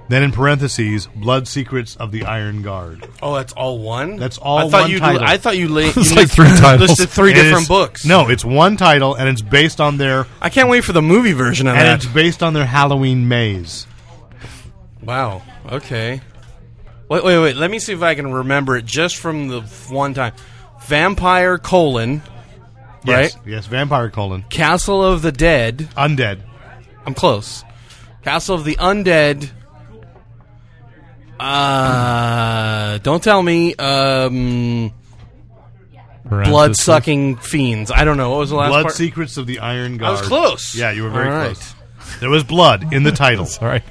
then in parentheses blood secrets of the Iron Guard. Oh, that's all one. That's all I thought one you. title. I thought you. La- you like listed- three titles. Listed three It different is- books. No, it's one title, and it's based on their I can't wait for the movie version of and that. it's based on their Halloween maze. Wow. Okay. Wait, wait, wait. Let me see if I can remember it just from the f- one time. Vampire colon Yes, Right. yes, vampire colon Castle of the Dead. undead. I'm close. Castle of the Undead. Uh, don't tell me. Um, blood sucking fiends. I don't know. What was the last Blood part? secrets of the Iron I Guard. was close. Yeah, you were very All right. close. There was blood in the title. Sorry.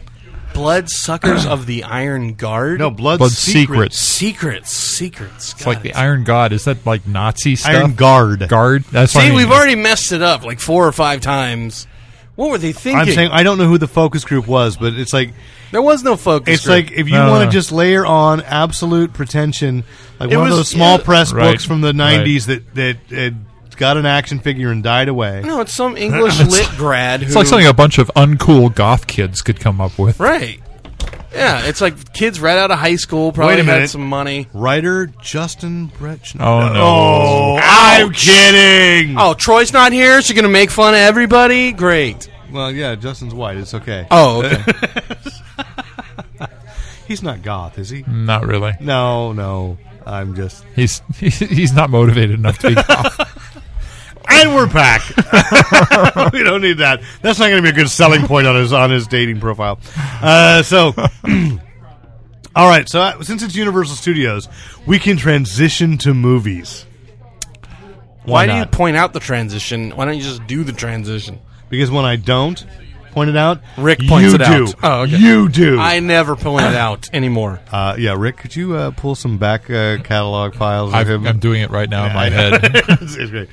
Blood suckers of the Iron Guard. No blood, Blood secrets. secrets. secrets, secrets. It's like the Iron God. Is that like Nazi stuff? Iron Guard. Guard. That's what I See, mean. we've already messed it up like four or five times. What were they thinking? I'm saying I don't know who the focus group was, but it's like there was no focus. it's group. like if you No, no, want to no. just layer on absolute pretension, like It one was- of those small it- press Right, books from the right. '90s that that uh, got an action figure and died away. no, it's some English lit grad. Who, It's like something a bunch of uncool goth kids could come up with. right? Yeah, it's like kids right out of high school probably Wait a had minute. some money. Writer Justin Brechner. Oh, no. Oh, I'm Ouch. kidding. Oh, Troy's not here, so you're gonna make fun of everybody. Great. Well, yeah, Justin's white. It's okay. Oh, okay. He's not goth, is he? Not really. No, no. I'm just. He's he's not motivated enough to be goth. And we're back. we don't need that. That's not going to be a good selling point on his on his dating profile. Uh, so, all right. So uh, since it's Universal Studios, we can transition to movies. Why, do you not? point out the transition? Why don't you just do the transition? Because when I don't point it out, Rick points you it out. do. Oh, okay. You do. I never point it out anymore. uh, yeah, Rick, could you uh, pull some back uh, catalog files of I'm, him? I'm doing it right now in my I know. head. it's, it's great.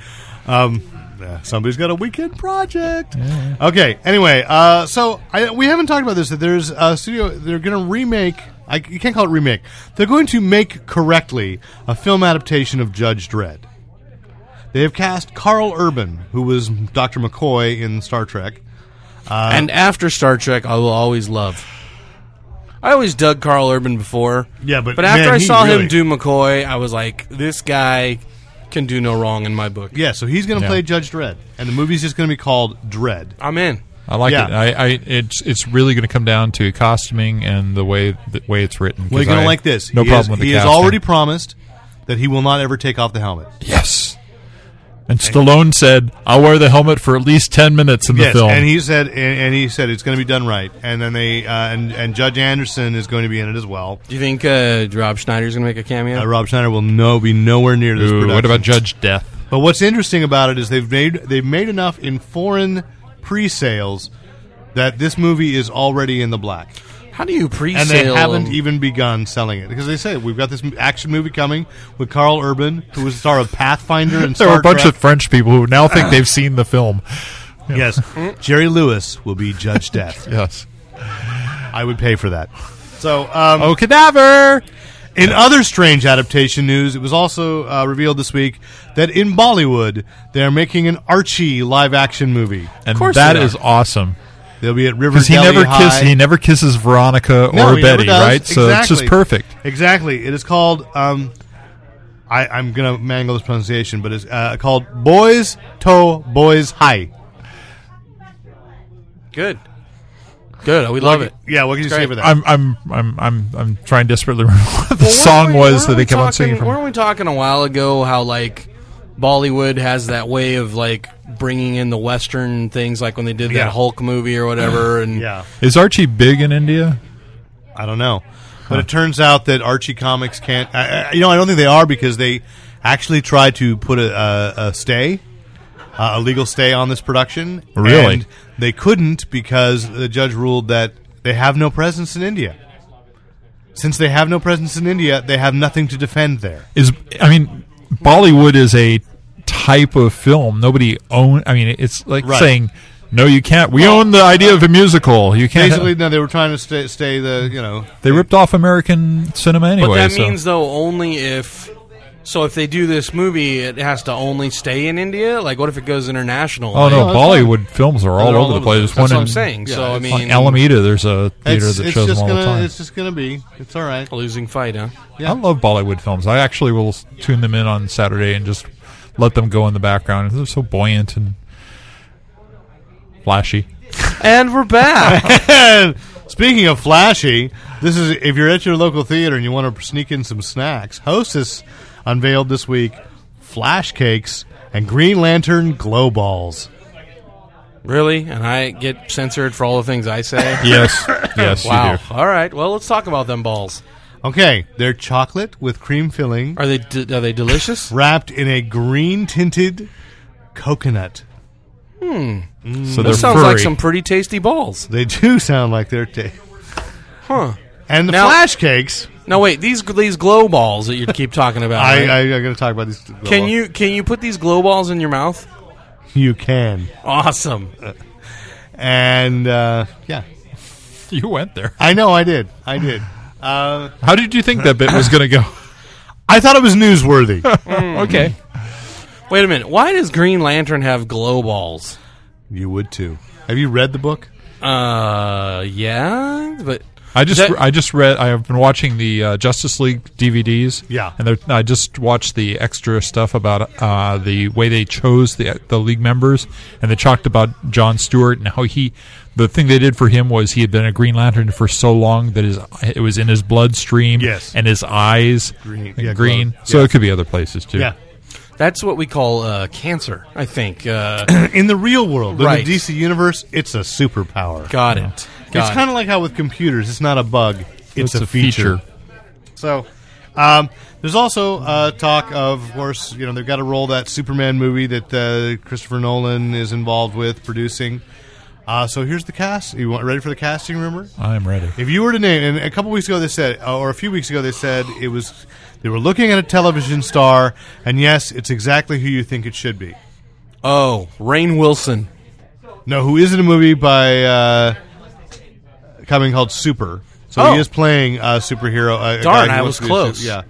Um, yeah, somebody's got a weekend project. Okay. Anyway, uh, so I, we haven't talked about this. That there's a studio. They're going to remake. I, you can't call it remake. They're going to make correctly a film adaptation of Judge Dredd. They have cast Carl Urban, who was Doctor McCoy in Star Trek. and after Star Trek, I will always love. I always dug Carl Urban before. Yeah, but after man, I he saw really- him do McCoy, I was like, this guy can do no wrong in my book. Yeah, so he's going to Yeah. play Judge Dredd, and the movie's just going to be called Dredd. I'm in. I like Yeah. it. I, I it's it's really going to come down to costuming and the way the way it's written. 'cause Well, you're going I- to like this. No he problem is, with the He has casting. already promised that he will not ever take off the helmet. yes. And Stallone said, "I'll wear the helmet for at least ten minutes in the yes, film." and he said, and, and he said it's going to be done right. And then they, uh, and and Judge Anderson is going to be in it as well. Do you think uh, Rob Schneider's going to make a cameo? Uh, Rob Schneider will no be nowhere near this. Ooh, production. what about Judge Death? But what's interesting about it is they've made they've made enough in foreign pre-sales that this movie is already in the black, How do you pre-sale? and they haven't um, even begun selling it because they say we've got this m- action movie coming with Carl Urban, who was the star of Pathfinder and There Star were a bunch Trek. of French people who now Ah. think they've seen the film. yes. Jerry Lewis will be Judge Death. Yes. I would pay for that. So, um, Oh, cadaver! In other strange adaptation news, it was also uh, revealed this week that in Bollywood they are making an Archie live-action movie. And course that they is awesome They'll be at River because he Delhi never High. kiss, he never kisses Veronica or No, he never Betty, does. right? So it's just Exactly. perfect. Exactly. It is called. Um, I, I'm gonna mangle this pronunciation, but it's uh, called Boys To Boys High. e- Good. Good. We love it. Yeah, what can you say Great. for that? I'm I'm I'm I'm I'm trying desperately to remember what the song was that they come on out singing from. Weren't we talking a while ago how like Bollywood has that way of like bringing in the Western things, like when they did that Yeah. Hulk movie or whatever. And Yeah. Is Archie big in India? I don't know. But it turns out that Archie Comics can't. I, I, you know, I don't think they are because they actually tried to put a, a, a stay, uh, a legal stay on this production. Really? And they couldn't because the judge ruled that they have no presence in India. Since they have no presence in India, they have nothing to defend there. Is I mean, Bollywood is a type of film nobody own. I mean, it's like Right. saying, no, you can't. We own the idea of a musical. You can't. Basically, no, they were trying to stay, stay the, you know. they ripped off American cinema anyway. But that so- means though only if. So if they do this movie, it has to only stay in India. Like, what if it goes international? Oh no, No, it's Bollywood films are all, They're all over the over place. the There's place. one That's what in- I'm saying. yeah, so I it's mean, On Alameda, there's a theater It's, that it's shows them just all the gonna, time. it's just gonna be. It's all right. a losing fight, huh? yeah. I love Bollywood films. I actually will s- tune them in on Saturday and just let them go in the background. They're so buoyant and flashy. And we're back. And speaking of flashy, this is if you're at your local theater and you want to sneak in some snacks. Hostess unveiled this week flash cakes and Green Lantern glow balls. really? And I get censored for all the things I say. Yes, yes, Wow. you do. All right. Well, let's talk about them balls. Okay, they're chocolate with cream filling, Are they d- are they delicious? wrapped in a green tinted coconut. So they're That sounds furry. like some pretty tasty balls, They do sound like they're ta- huh? and the Now- flash cakes. No, wait these these glow balls that you keep talking about. I, right? I, I got to talk about these. glow can balls. you can you put these glow balls in your mouth? You can. Awesome. And uh, yeah, you went there. I know. I did. I did. Uh, How did you think that bit was going to go? I thought it was newsworthy. okay. Wait a minute. Why does Green Lantern have glow balls? You would too. Have you read the book? Uh, yeah, but I just That- I just read I have been watching the uh, Justice League DVDs. Yeah. and they're- I just watched the extra stuff about uh, the way they chose the the league members, and they talked about John Stewart and how he the thing they did for him was he had been a Green Lantern for so long that his it was in his bloodstream. Yes. and his eyes Green- green, yeah, green. glow. So Yeah. it could be other places too. that's what we call uh, cancer. I think. Uh, In the real world, in Right. the DC universe, it's a superpower. got it. it's Got it. kind of like how with computers, it's not a bug, it's, It's a feature. So, um, there's also uh, talk of, of course, you know, they've got to roll that Superman movie that uh, Christopher Nolan is involved with producing. Uh, so here's the cast. You want ready for the casting rumor? I'm ready. If you were to name, and a couple weeks ago they said, uh, or a few weeks ago they said it was, they were looking at a television star, and yes, it's exactly who you think it should be. oh, Rain Wilson. No, who is in a movie by uh, coming called Super. So Oh. he is playing a superhero. A, a Darn, guy who I was wants to be a su- close. Yeah,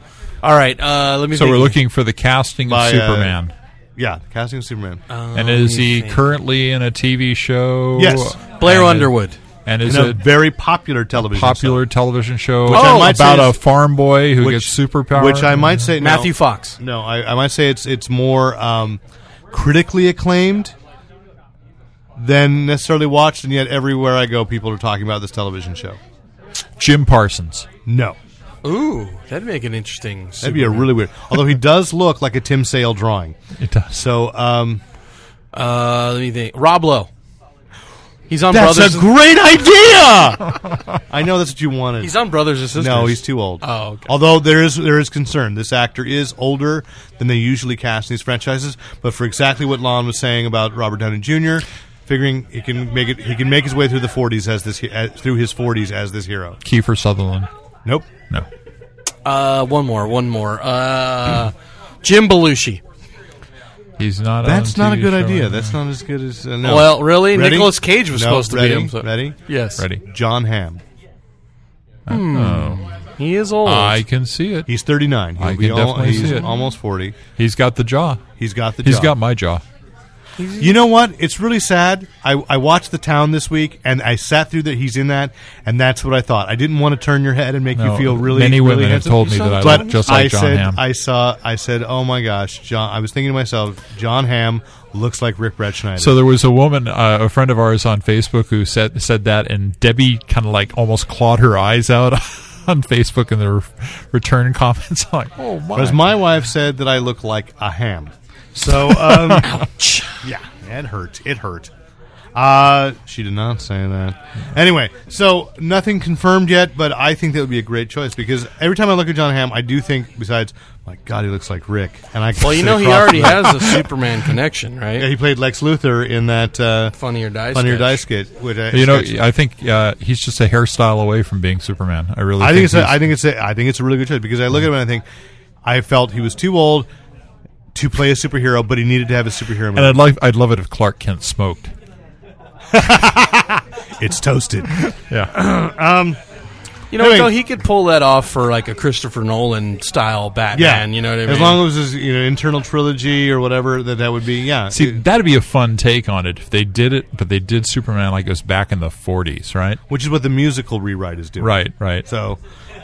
All right. Uh, let me. So think. we're looking for the casting of By, uh, Superman. yeah, the casting of Superman. Uh, and is he think. currently in a TV show? Yes. Blair And- Underwood. And is in a it very popular television. popular television show Oh, I might about say a is- farm boy who show, which gets superpowers. Which I might say, no, Matthew Fox. No, I, I might say it's it's more um, critically acclaimed than necessarily watched, and yet everywhere I go, people are talking about this television show. Jim Parsons. No, Ooh, that'd make an interesting. that'd be a really weird. Although he does look like a Tim Sale drawing. It does. So um, Uh, let me think. Rob Lowe. He's on that's Brothers. a great idea. I know that's what you wanted. he's on Brothers and Sisters. no, he's too old. Oh, okay. although there is there is concern. This actor is older than they usually cast in these franchises. But for exactly what Lon was saying about Robert Downey Jr., figuring he can make it, he can make his way through the 40s as this he- as, through his 40s as this hero. Kiefer Sutherland. Nope. No. Uh, one more. One more. Uh, Jim Belushi. He's not That's on not a TV good show idea. anymore. That's not as good as uh, no. Well, really? Ready? Nicolas Cage was No, supposed to ready? be him. so- Ready? Yes. ready. John Hamm. Oh. He is old. I can see it. He's 39. He'll I be can al- definitely he's see it. almost 40. He's got the jaw. He's got the He's job. got my jaw. You know what? It's really sad. I, I watched The Town this week, and I sat through that. He's in that, and that's what I thought. I didn't want to turn your head and make No, you feel really. many really women have handsome. told me that I but look just like I John said, Hamm. I saw. I said, "Oh my gosh, John!" I was thinking to myself, "John Hamm looks like Rick Bretschneider." So there was a woman, uh, a friend of ours on Facebook, who said said that, and Debbie kind of like almost clawed her eyes out on Facebook in the re- return comments. like, oh my! Whereas my wife said that I look like a ham. So um, Yeah, it hurt. It hurt. Uh, she did not say that. Anyway, so nothing confirmed yet, but I think that would be a great choice because every time I look at John Hamm, I do think, besides, my God, he looks like Rick. And I Well, you sit know he across already from him. has a Superman connection, right? Yeah, he played Lex Luthor in that uh, Funny or die. Funnier sketch. Die skit. Which I, You know, sketch. I think uh, he's just a hairstyle away from being Superman. I really, I think it's a, he's- I think it's a, I think it's a really good choice because I look at him and I think I felt he was too old to play a superhero, but he needed to have a superhero. and Movie. I'd like, I'd love it if Clark Kent smoked. It's toasted. Yeah, You know, Anyway. though he could pull that off for like a Christopher Nolan style yeah, Batman. You know what I mean? As long as it was his you know internal trilogy or whatever that that would be. Yeah, see, that'd be a fun take on it if they did it, but they did Superman like it was back in the '40s, right? which is what the musical rewrite is doing. Right, right. So,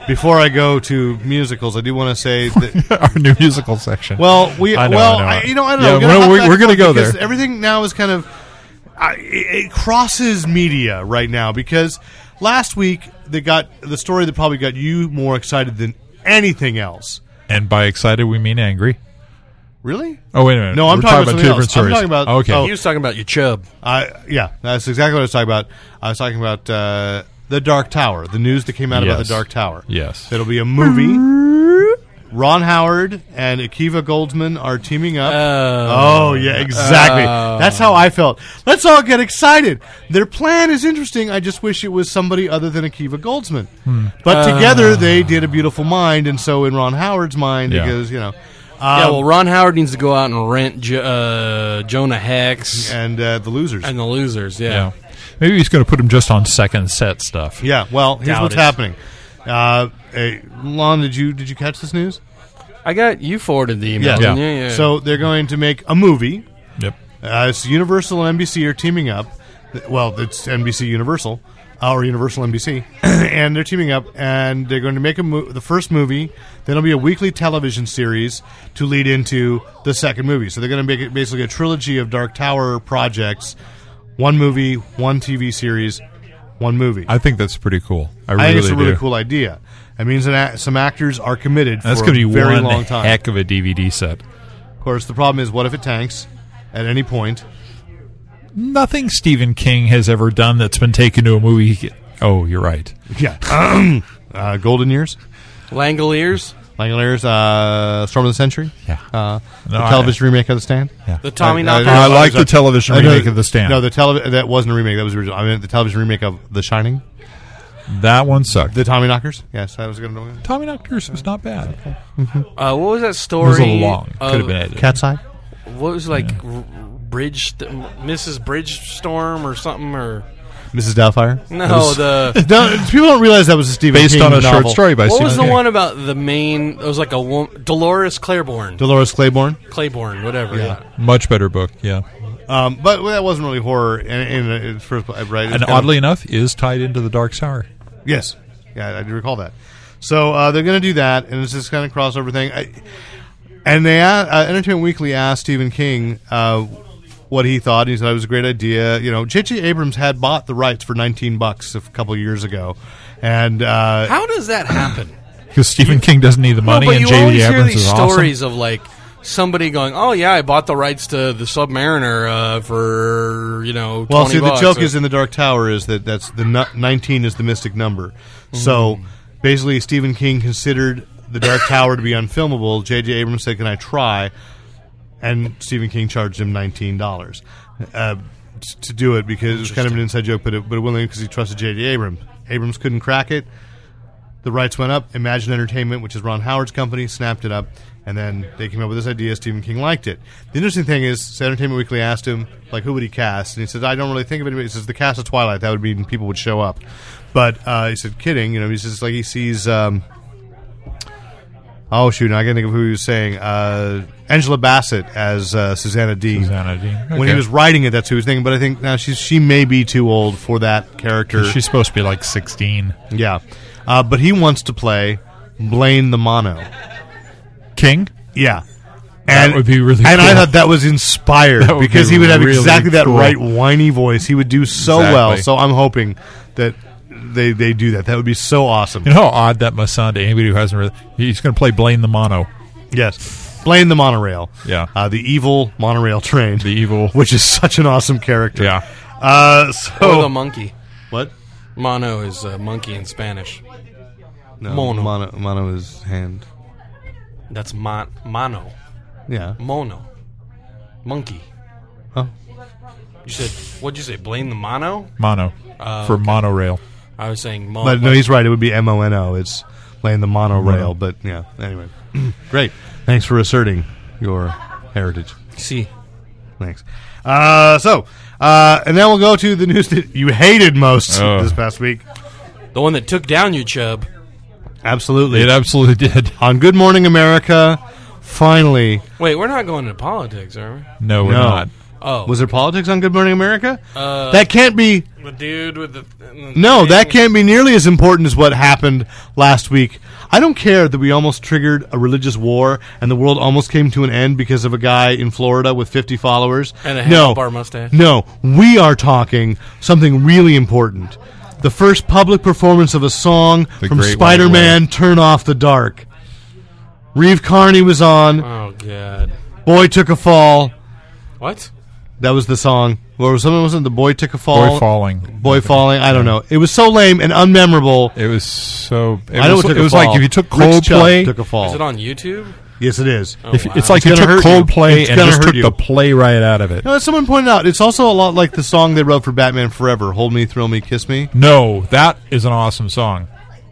before I go to musicals, I do want to say that Our new musical section. Well, we I know, well, I know. I you know, I don't Yeah, know. gonna we're- hop we're- back we're gonna on go because there. Everything now is kind of I, it it crosses media right now because last week they got the story that probably got you more excited than anything else. and by excited we mean angry. Really? Oh wait a minute. No, I'm We're talking about about something two else. different I'm stories. talking about- okay. oh. he was talking about your chub. I yeah, that's exactly what I was talking about. I was talking about uh, the Dark Tower, the news that came out about Yes. the Dark Tower. Yes. it'll be a movie. Ron Howard and Akiva Goldsman are teaming up. oh yeah, exactly. That's how I felt. Let's all get excited. Their plan is interesting. I just wish it was somebody other than Akiva Goldsman. But together they did a beautiful mind, and so in Ron Howard's mind, Yeah. it goes, you know, yeah, um, well, Ron Howard needs to go out and rent jo- uh, Jonah Hex and uh, the losers. and the losers. Yeah. Yeah. Maybe he's going to put him just on second set stuff. Yeah. Well, here's Doubt what's it. happening. Uh, hey, Lon, did you did you catch this news? I got you forwarded the email. Yeah. didn't you? yeah. So they're going to make a movie. Yep. Uh, it's Universal and NBC are teaming up. Th- Well, it's NBC Universal uh, or Universal NBC, and they're teaming up, and they're going to make a mo- the first movie. Then it'll be a weekly television series to lead into the second movie. So they're going to make it basically a trilogy of Dark Tower projects: one movie, one TV series, one movie. I think that's pretty cool. I really I think it's a really do. cool idea. It means that a- some actors are committed That's for going to be a very one long time. heck of a DVD set. Of course, the problem is, what if it tanks at any point? Nothing Stephen King has ever done that's been taken to a movie. he- Oh, you're right. Yeah. uh, Golden Years, Langoliers, Langoliers, uh, Storm of the Century, Yeah. uh, No, the I- television remake of The Stand. Yeah. the Tommy I- I- Knockers. I, like the sorry. television Uh, no, remake of The Stand. No, the tele- that wasn't a remake. That was original. I mean, the television remake of The Shining. that one sucked. The Tommy Knockers. Yes, I was going to. Tommy Knockers was not bad. uh, what was that story? It was a little long. uh, of- Could have been edited. Cat's Eye. What was like r- Bridge, th- Mrs. Bridgestorm or something or Mrs. Doubtfire. no That was- the. No, people don't realize that was a Stephen Based King on a short novel. story by What Stephen was the King. one about the main? It was like a woman, Dolores Claiborne, Dolores Claiborne. Claiborne, whatever. Yeah. Much better book, yeah. Um, but that wasn't really horror in, in, in its first place, right? It was And kind of- oddly enough, is tied into the Dark Tower. yes, yeah, I do recall that. So uh, they're going to do that, and it's this kind of crossover thing. I, and they a- uh, Entertainment Weekly asked Stephen King uh, what he thought. and He said it was a great idea. You know, J.J. Abrams had bought the rights for nineteen bucks a couple of years ago, and uh, How does that happen? Because Stephen King doesn't need the money, no, but and you always J.D. hear Abrams these is awesome. stories of like somebody going, "Oh yeah, I bought the rights to the Submariner uh, for you know." Well, 20 see, the bucks," joke or- is in the Dark Tower is that that's the nu- nineteen is the mystic number. So basically, Stephen King considered the Dark Tower to be unfilmable. J.J. Abrams said, "Can I try?" And Stephen King charged him nineteen dollars uh, t- to do it because it was kind of an inside joke, but it, but willingly because he trusted J.J. Abrams. Abrams couldn't crack it. The rights went up. Imagine Entertainment, which is Ron Howard's company, snapped it up, and then they came up with this idea. Stephen King liked it. The interesting thing is, so Entertainment Weekly asked him, like, who would he cast? And he said, I don't really think of anybody. He says, the cast of Twilight. That would mean people would show up. But uh, he said, kidding. You know, he says, like, he sees. Um, oh, shoot. Now I can't think of who he was saying. Uh, Angela Bassett as uh, Susanna Dean. Susanna Dean. When he Okay. was writing it, that's who he was thinking. But I think now she's, she may be too old for that character. She's supposed to be like 16. Yeah, uh, but he wants to play Blaine the Mono. King? Yeah, That would be really And I cool. thought that was inspired That would because be he would have really exactly that cool. right whiny voice. He would do so Exactly. well. So I'm hoping that they they do that. That would be so awesome. You know how odd that must sound to anybody who hasn't read. He's going to play Blaine the Mono. Yes. Blame the monorail. Yeah. Uh, the evil monorail train. The evil- Which is such an awesome character. Yeah. Uh, Or so. the monkey. what? Mono is uh, monkey in Spanish. No, Mono. mono. Mono is hand. That's mon- mono. Yeah. Mono. Monkey. Huh? You said, what'd you say? Blame the mono? Mono Uh, for monorail. I was saying mono. But no, he's right. It would be M O N O. It's laying the monorail. Mono. But yeah, anyway. Great. Thanks for asserting your heritage. See. Thanks. Uh, so, uh, and then we'll go to the news that you hated most Oh. this past week. The one that took down you, Chub. Absolutely. It absolutely did. On Good Morning America, finally. Wait, we're not going into politics, are we? No, we're No. not. Oh. Was there politics on Good Morning America? Uh, that can't be. the dude with the. No, that thing? can't be nearly as important as what happened last week. I don't care that we almost triggered a religious war and the world almost came to an end because of a guy in Florida with 50 followers. And a no, handlebar mustache. No, we are talking something really important. The first public performance of a song The from Great White Spider Man Turn Off the Dark. Reeve Carney was on. Oh, God. Boy Took a Fall. What? That was the song. Or something wasn't The Boy Took a Fall? Boy falling. Boy Falling. I don't know. It was so lame and unmemorable. It was so. It I know was, it took it a was fall. like if you took Rick Chubb Coldplay. took a fall. Is it on YouTube? yes, it is. Oh, if, wow. It's like It's you gonna took hurt you. Coldplay It's and gonna just hurt took you. the play right out of it. No, as someone pointed out, it's also a lot like the song they wrote for Batman Forever: "Hold Me, Thrill Me, Kiss Me." No, that is an awesome song.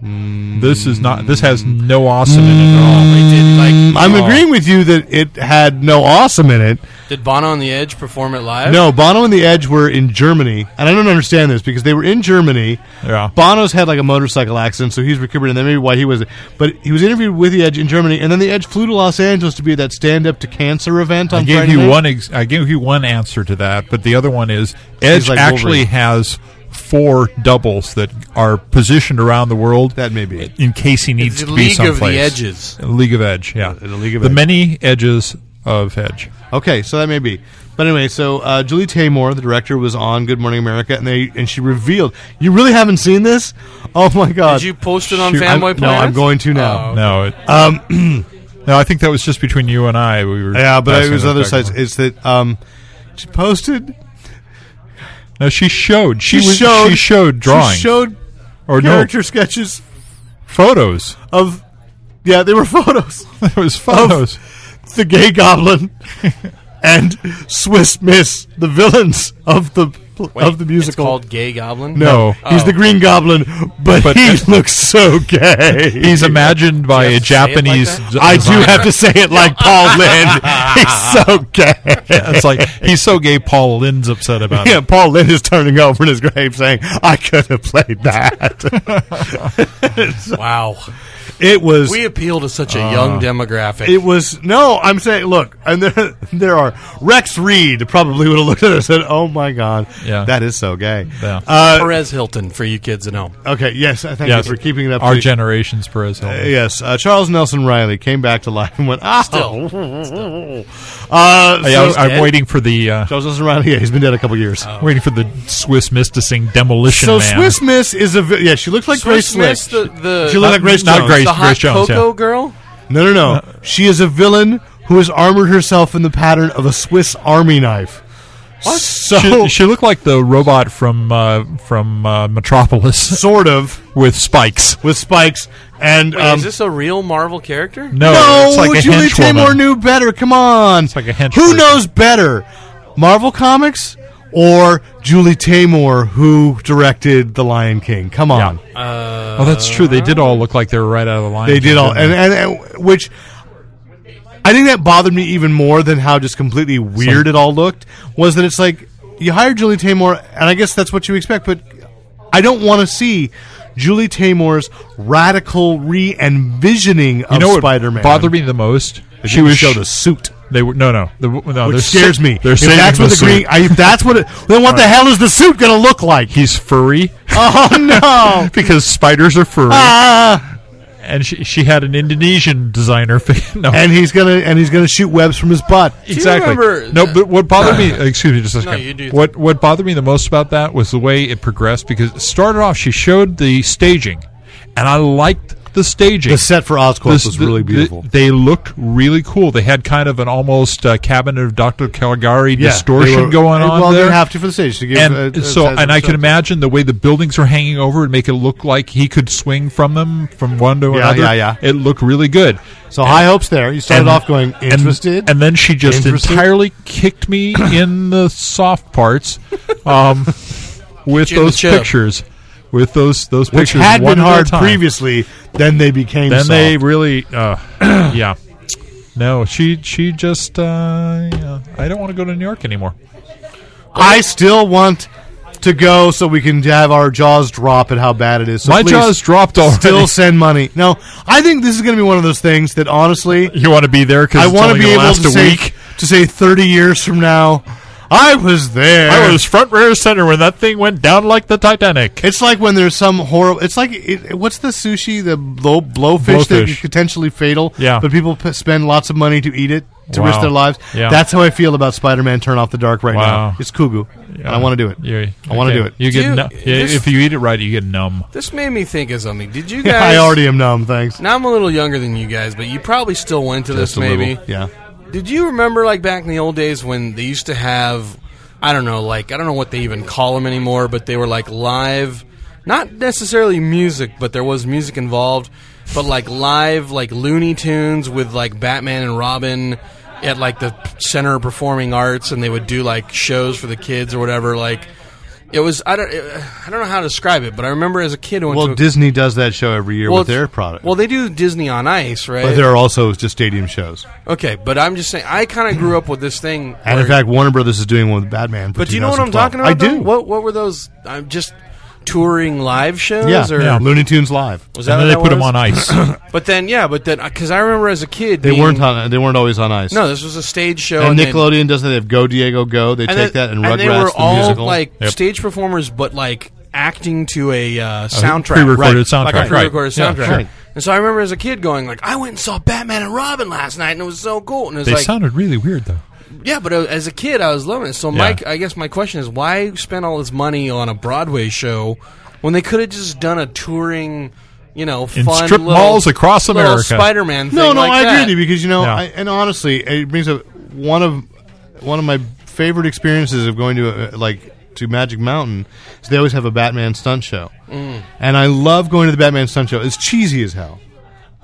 This is not. This has no awesome in Mm. it at Oh, all. They did like. I'm agreeing with you that it had no awesome in it. Did Bono on the Edge perform it live? No, Bono and the Edge were in Germany, and I don't understand this because they were in Germany. Yeah. Bono's had like a motorcycle accident, so he's recuperating. and that may be why he was. But he was interviewed with the Edge in Germany, and then the Edge flew to Los Angeles to be at that Stand Up to Cancer event on I gave Friday you night. one. Ex- I gave you one answer to that, but the other one is Edge like actually Wolverine. has four doubles that are positioned around the world. That may be it. in case he needs The to be League of someplace. the Edges. League of Edge. Yeah, The League of the Edge. many edges of Edge. Okay, so that may be. But anyway, so uh, Julie Taymor, the director, was on Good Morning America, and they and she revealed. You really haven't seen this? Oh my god! Did you post it on Shoot, I'm- Fanboy No, Planet? I'm going to now. Oh. Uh, No, it, no, I think that was just between you and I. We were Um, Yeah, but passing it was that other back sites. and forth. It's that um, she posted. No, she showed. She, She, was, showed. She showed drawings She showed or no character sketches photos. of. Yeah, they were photos. It was photos. the Gay Goblin and Swiss Miss, the villains of the Wait, of the musical. It's called Gay Goblin? No. he's Oh. the Green Goblin, but, But- he looks so gay. He's imagined by You a have to say it like Japanese. that? d- I do designer. have to say it like Paul Lynn. He's so gay. It's like he's so gay. Paul Lynn's upset about Yeah, it. Paul Lynn is turning over in his grave saying, I could have played that. Wow. Uh, it was We appeal to such a young demographic. it was no, I'm saying look, and there there are Rex Reed probably would have looked at it and said, Oh my god, Yeah. that is so gay. Yeah. Uh, Perez Hilton for you kids at home. okay, yes, I thank Yes. you for keeping it up. Our to- generation's Perez. Uh, Hilton. Yes, uh, Charles Nelson Riley came back to life and went, ah, Still. Uh, Hey, I, so- I'm waiting for the uh, Charles Nelson Riley, yeah, he's been dead a couple years. waiting for the Swiss Miss to sing Demolition so Oh, Man. Swiss Miss is a vi- yeah. She looks like Swiss Grace Slick. Miss, the, the, um, She looked like Grace not Jones. Grace- the hot Jones, yeah. Coco girl? No, no, no. She is a villain who has armored herself in the pattern of a Swiss Army knife. What? So, she, she looked like the robot from uh, from uh, Metropolis sort of, with spikes. with spikes and. Wait, um, is this a real Marvel character? No, no, Oh, it's like a Julie henchwoman. Taymor knew better. Come on. like a hench Who person. knows better, Marvel Comics or Julie Taymor, who directed The Lion King? Come on. oh, that's true. They did all look like they were right out of the line. They did all, didn't and, they? and, and which I think that bothered me even more than how just completely weird it all looked. Was that it's like you hire Julie Taymor, and I guess that's what you expect, but I don't want to see Julie Taymor's radical re-envisioning of you know what Spider-Man. bothered me the most? She would show the suit, They were no, no, the, no. which they're scares sa- me. They're if saving that's what the the green, suit. I, if that's what, it, then what the hell is the suit going to look like? He's furry oh no! because spiders are furry, Ah! and she, she had an Indonesian designer. fi- no, And he's gonna and he's gonna shoot webs from his butt. exactly. remember no, the- but what bothered me, excuse me, just a second. you do. what what bothered me the most about that was the way it progressed because it started off. She showed the staging, and I liked the staging. The set for Oscorp This- was the- really the- beautiful. they looked really cool. They had kind of an almost uh, cabinet of Dr. Caligari Yeah, distortion they were- going on Well, there. they have to for the stage to give. and a- a so, sense and of I can something. imagine the way the buildings are hanging over and make it look like he could swing from them from one to Yeah, another. yeah, yeah. It looked really good. So high hopes there. You started and- off going and- interested, and, then she just Interested? entirely kicked me in the soft parts um, with Chin to those chin. pictures, with those those which pictures had one been at a hard time. previously. Then they became. Then soft. they really, uh, yeah, no, she she just, uh, yeah. I don't want to go to New York anymore. I still want to go so we can have our jaws drop at how bad it is. So My please, jaws dropped already. Still send money. No, I think this is going to be one of those things that honestly, you want to be there because I want to be able last to a say week. to say thirty years from now, I was there. I was front rear center when that thing went down like the Titanic. It's like when there's some horrible. It's like it, what's the sushi, the blow, blowfish, that is Blowfish. potentially fatal. Yeah. but people p- spend lots of money to eat it to Wow. risk their lives. Yeah. That's how I feel about Spider-Man: Turn Off the Dark right now. Wow. It's Kugu, and I want to do it. You- I want to okay. do it. You get Do you- nu- yeah, this- if you eat it right, you get numb. This made me think of something. Did you guys? I already am numb. Thanks. Now I'm a little younger than you guys, but you probably still went to this. Just a little. Maybe. Yeah. Did you remember like back in the old days when they used to have, I don't know, like I don't know what they even call them anymore, but they were like live, not necessarily music, but there was music involved, but like live like Looney Tunes with like Batman and Robin at like the Center of Performing Arts, and they would do like shows for the kids or whatever. Like it was I don't I don't know how to describe it, but I remember as a kid I went Well, to a- Disney does that show every year with it's- their product. Well, they do Disney on Ice, right? but there are also just stadium shows. okay, but I'm just saying I kind of grew up with this thing. And where- in fact, Warner Brothers is doing one with Batman. For But do you know what I'm 2012. talking about? I though? do. What What were those? I'm just touring live shows. yeah, or Yeah. Looney Tunes live. Was and what then they that put them was? on ice. But then, yeah, but then because I remember as a kid, They being- weren't on. They weren't always on ice. No, this was a stage show. And then- Nickelodeon does that. They have Go Diego Go. They and then- take that and and Rugrats they were the all musical. like Yep. stage performers, but like acting to a uh, soundtrack, pre-recorded right. soundtrack, like a right. pre-recorded Yeah, soundtrack. sure. And so I remember as a kid going like, I went and saw Batman and Robin last night, and it was so cool. And it was they like, sounded really weird though. Yeah, but uh, as a kid, I was loving it. So, Yeah. Mike, I guess my question is, why spend all this money on a Broadway show when they could have just done a touring, you know, In fun strip little- malls across little America. Spider-Man. Thing no, no, like I that. agree with you because you know, Yeah. I, and honestly, it brings up one of one of my favorite experiences of going to uh, like to Magic Mountain is they always have a Batman stunt show, Mm. and I love going to the Batman stunt show. It's cheesy as hell,